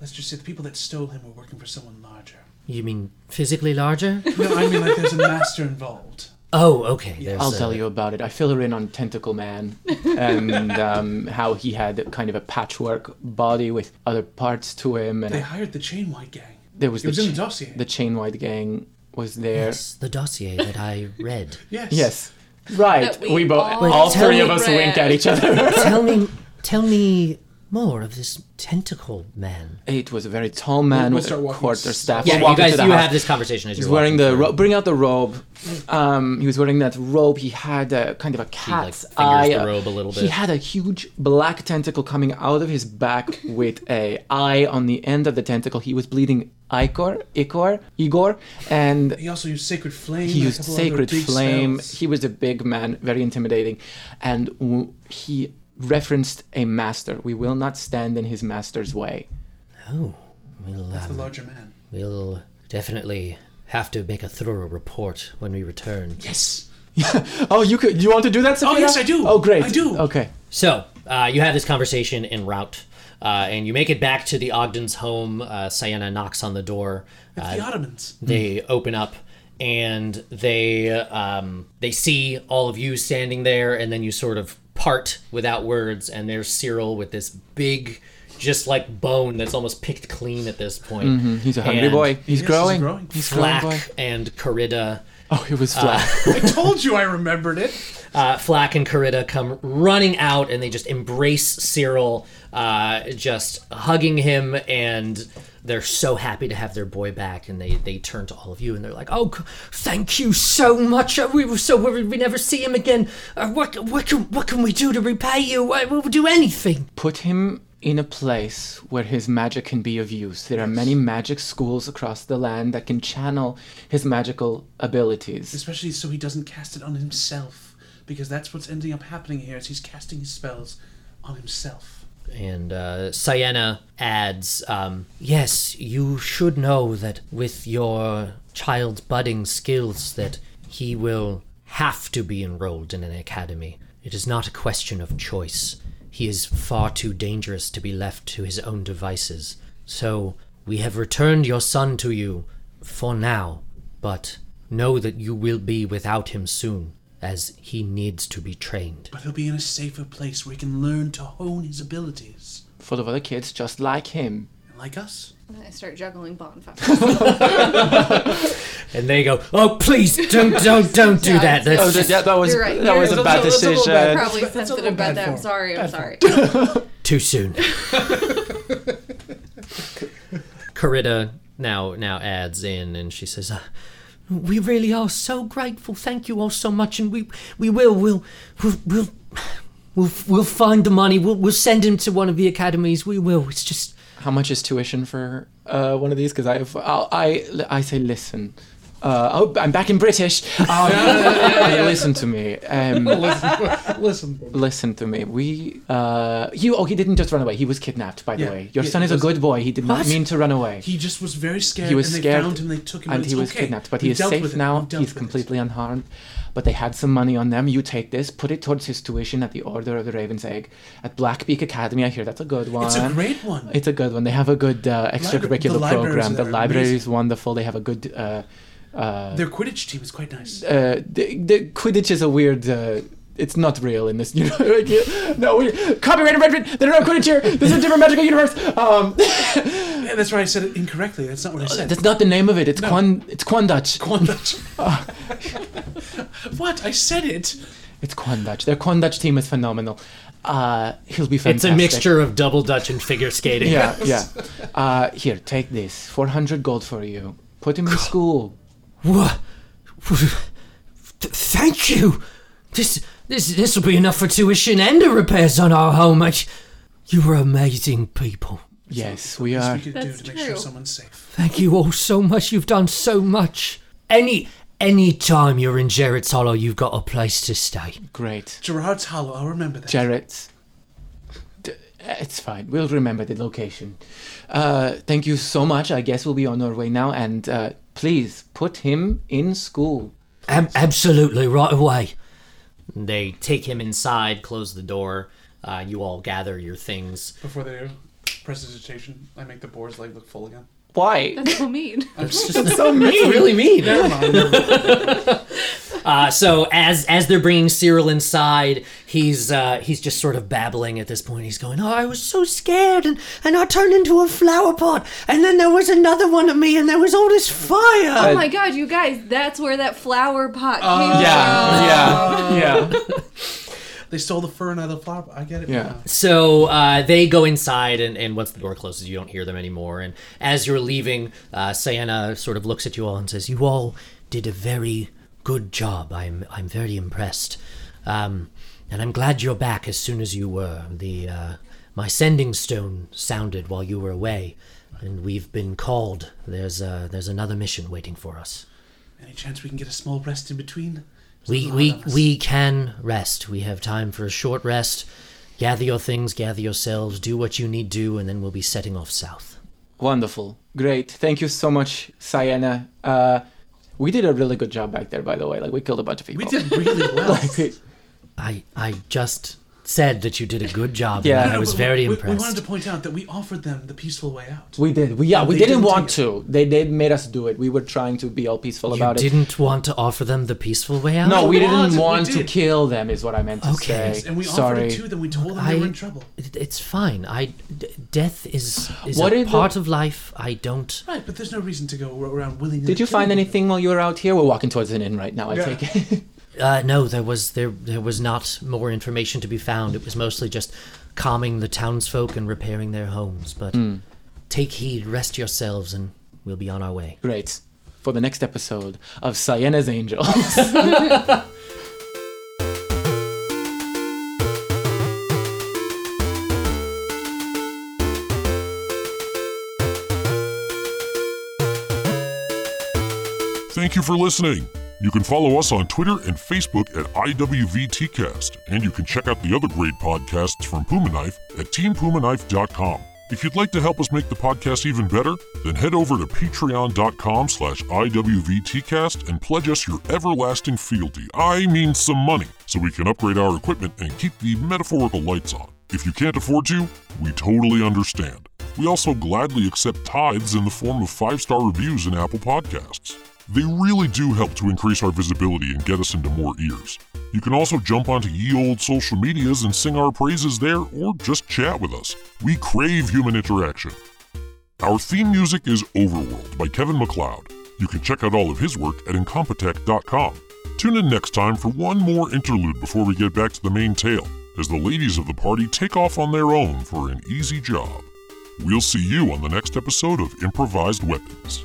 H: let's just say the people that stole him were working for someone larger.
D: you mean physically
C: <laughs>
D: larger
H: No, I mean like there's a master involved.
D: oh okay there's
C: I'll
D: a-
C: tell you about it. I fill her in on Tentacle Man
H: <laughs>
C: and um, how he had kind of a patchwork body with other parts to him.
H: They
C: And
H: hired the Chainwhite gang.
C: there was
H: It
C: the,
H: was in the
C: ch-
H: dossier.
C: the Chain White Gang was there.
D: It's the dossier that I read
H: yes.
C: Yes. Right.
F: That we
C: We, both,
F: all
C: all
D: tell
C: three of
D: me
C: us
F: Brad.
C: winked at each other.
D: tell me tell me more of this tentacle man
C: it was a very tall man
H: we'll
C: with
H: start
C: a
H: walking
C: quarter
H: s-
C: staff.
D: yeah
C: We'll
D: you
C: walk
D: guys
C: into the
D: you
C: house.
D: have this conversation as
C: He
D: you're
C: was wearing
D: walking
C: the
D: through.
C: robe. Bring out the robe. Um, he was wearing that robe. He had a kind of a
D: like,
C: cat's
D: fingers
C: eye.
D: the robe a little
C: He
D: bit.
C: had a huge black tentacle coming out of his back with a eye on the end of the tentacle. He was bleeding Icor, Icor, Igor, and
H: He also used sacred flame.
C: he
H: and a
C: used
H: couple other
C: sacred
H: big
C: flame.
H: spells.
C: He was a big man, very intimidating, and w- he referenced a master. We will not stand in his master's way.
D: Oh, we'll,
H: The
D: um,
H: larger man.
D: we'll definitely have to make a thorough report when we return.
H: Yes.
C: Oh, you could. You want to do that? Sophia?
H: yes, I do.
C: Oh, great.
H: I do.
C: Okay.
D: So, uh, you have this conversation en route Uh, and you make it back to the Ogden's home. Uh, Sienna knocks on the door. Uh,
E: the Ottomans.
D: they open up and they um, they see all of you standing there and then you sort of part without words and there's cyril with this big just like bone that's almost picked clean at this point
C: He's a hungry
D: And
C: boy. He's
E: Yes,
C: growing.
E: He's growing.
C: He's growing boy.
D: flack and corrida
C: Oh, it was flack.
H: <laughs> I told you I remembered it.
D: uh, Flack and Corrida come running out and they just embrace Cyril, uh, just hugging him, and they're so happy to have their boy back. And they, they turn to all of you and they're like, "Oh, c- thank you so much. Uh, We were so worried we never see him again. Uh, what what can what can we do to repay you? Uh, We'll do anything."
C: Put him in a place where his magic can be of use. There are many magic schools across the land that can channel his magical abilities.
E: Especially so he doesn't cast it on himself. Because that's what's ending up happening here is he's casting his spells on himself.
D: And uh, Sienna adds, um, "Yes, you should know that with your child's budding skills, that he will have to be enrolled in an academy. It is not a question of choice. He is far too dangerous to be left to his own devices. So we have returned your son to you for now, but know that you will be without him soon, as he needs to be trained."
E: But he'll be in a safer place where he can learn to hone his abilities.
C: Full of other kids just like him.
E: Like us.
B: I start juggling bonfires.
C: <laughs>
D: And they go, "Oh, please, don't, don't, don't <laughs> do that." That's
C: Oh, that, yeah, that was
B: You're right.
C: that was
B: You're
C: a bad
H: it's a little bad
C: decision.
B: Probably
H: That's- that's a
B: sensitive
H: little
B: about
H: bad
B: that. I'm
H: form.
B: sorry. I'm sorry. <laughs>
D: Too <laughs> soon. Corrida now now adds in and she says, uh, "We really are so grateful. Thank you all so much, and we we will we'll we'll we'll we'll, we'll find the money. We'll we'll send him to one of the academies. We will. It's just."
C: How much is tuition for uh, one of these? Because I, have- I'll- I, I say listen. Uh, oh, I'm back in
E: <laughs>
C: British. Um, Listen to me. Um,
H: listen, listen.
C: listen to me. We, uh, you. Oh, he didn't just run away. He was kidnapped, by the
E: Yeah.
C: way. Your
E: Yeah,
C: son
E: he
C: is a
E: was-
C: good boy. He did not
D: What?
C: mean to run away.
E: He just was very scared
C: he was
E: and they
C: scared
E: found him, they took him
C: and
E: but
C: he
E: it's
C: was
E: okay.
C: kidnapped but
E: We
C: he is
E: dealt
C: safe
E: with it.
C: now
E: We
C: he's
E: dealt with it.
C: completely unharmed but they had some money on them you take this put it towards his tuition at the order of the raven's egg at blackbeak academy i hear that's a good one
E: It's a great one.
C: It's a good one they have a good uh,
E: Libra- the
C: extracurricular
E: libraries
C: program the
E: there are
C: library is
E: amazing.
C: wonderful they have a good uh, uh,
E: Their Quidditch team is
C: <laughs>
E: quite nice.
C: uh, the, the Quidditch is a weird. Uh, it's not real in this. <laughs> You know, like, you- no, we, copyrighted Redford. There's no Quidditch here. This is a different magical universe. Um, <laughs>
E: Yeah, that's right. I said it incorrectly. That's not what I said. <laughs>
C: that's not the name of it. It's Quan. It's Quandutch. <laughs>
E: Quandutch. <laughs> what? I said it.
C: It's Quandutch. Their Quandutch team is phenomenal. Uh, he'll be fantastic.
D: of double dutch and figure skating.
C: Yeah, yeah. Uh, here, take this. 400 gold for you. Put him in school.
D: What? Thank you. This this this will be enough for tuition and the repairs on our home. I, you were amazing people.
C: Yes, we
E: Least
C: are.
E: we could
B: That's
E: do to make sure
B: true.
E: someone's safe.
D: Thank you all so much. You've done so much. Any any time you're in Jarrett's Hollow, you've got a place to stay.
C: Great.
E: Gerard's Hollow. I'll remember that.
C: Jarrett. D- It's fine. We'll remember the location. Uh, thank you so much. I guess we'll be on our way now. And uh, please put him in school.
D: Ab- absolutely, right away. They take him inside, close the door. Uh, you all gather your things.
H: Before they press digitation, I make the boar's leg look full again.
C: Why?
B: That's so mean.
C: <laughs> That's so mean.
D: really mean.
C: <laughs>
H: Never mind.
D: Uh, so as as they're bringing Cyril inside, he's uh, he's just sort of babbling at this point. He's going, "Oh, I was so scared, and and I turned into a flower pot, and then there was another one of me, and there was all this fire."
B: Oh my god, you guys, that's where that flower pot came
C: <laughs> Yeah, yeah, yeah.
H: they stole the fur and out of the flower. I get it.
C: Yeah.
H: now.
D: So uh, they go inside, and, and once the door closes, you don't hear them anymore. And as you're leaving, uh, Sienna sort of looks at you all and says, "You all did a very good job. I'm I'm very impressed, um, and I'm glad you're back as soon as you were. The uh, my sending stone sounded while you were away, and we've been called. There's uh, there's another mission waiting for us.
E: Any chance we can get a small rest in between?
D: We
E: There's a
D: we
E: lot of us.
D: we can rest. We have time for a short rest. Gather your things, gather yourselves, do what you need to, and then we'll be setting off south.
C: <laughs> Wonderful. Great. Thank you so much, Sienna. Uh, we did a really good job back there, by the way. <laughs> Like, we killed a bunch of people.
E: We did really well.
C: Like,
D: I I just said that you did a good job.
C: Yeah.
D: and I
E: No,
D: was
E: but
D: very
E: we, we-
D: impressed.
E: We wanted to point out that we offered them the peaceful way out.
C: We did. We yeah. We
E: They
C: didn't,
E: didn't
C: want
E: take
C: to. They they made us do it. We were trying to be all peaceful
D: you
C: about it.
D: didn't want to offer them the peaceful way out.
C: No, we
E: we
C: didn't
E: wanted- we
C: want to
E: did.
C: kill them. Is what I meant to
D: Okay.
C: say.
E: And we
C: Sorry.
E: offered it to them. We told them they were
D: I-
E: in trouble.
D: It- It's fine. I d- death is is
C: What
D: a
C: did the-
D: part of life. I don't.
E: Right, but there's no reason to go around willingly.
C: Did you
E: killing
C: find
E: them.
C: anything while you were out here? We're walking towards an inn right now. I
E: Yeah.
C: take it. <laughs>
D: Uh, no, there was there there was not more information to be found. It was mostly just calming the townsfolk and repairing their homes. But take heed, rest yourselves, and we'll be on our way.
C: Great. For the next episode of Cyena's Angel. <laughs>
A: Thank you for listening. You can follow us on Twitter and Facebook at IWVTcast, and you can check out the other great podcasts from Puma Knife at teampumaknife.com. If you'd like to help us make the podcast even better, then head over to patreon.com slash IWVTcast and pledge us your everlasting fealty. I mean some money, so we can upgrade our equipment and keep the metaphorical lights on. If you can't afford to, we totally understand. We also gladly accept tithes in the form of five star reviews in Apple Podcasts. They really do help to increase our visibility and get us into more ears. You can also jump onto ye old social medias and sing our praises there or just chat with us. We crave human interaction. Our theme music is Overworld by Kevin McLeod. You can check out all of his work at incompetech.com. Tune in next time for one more interlude before we get back to the main tale, as the ladies of the party take off on their own for an easy job. We'll see you on the next episode of Improvised Weapons.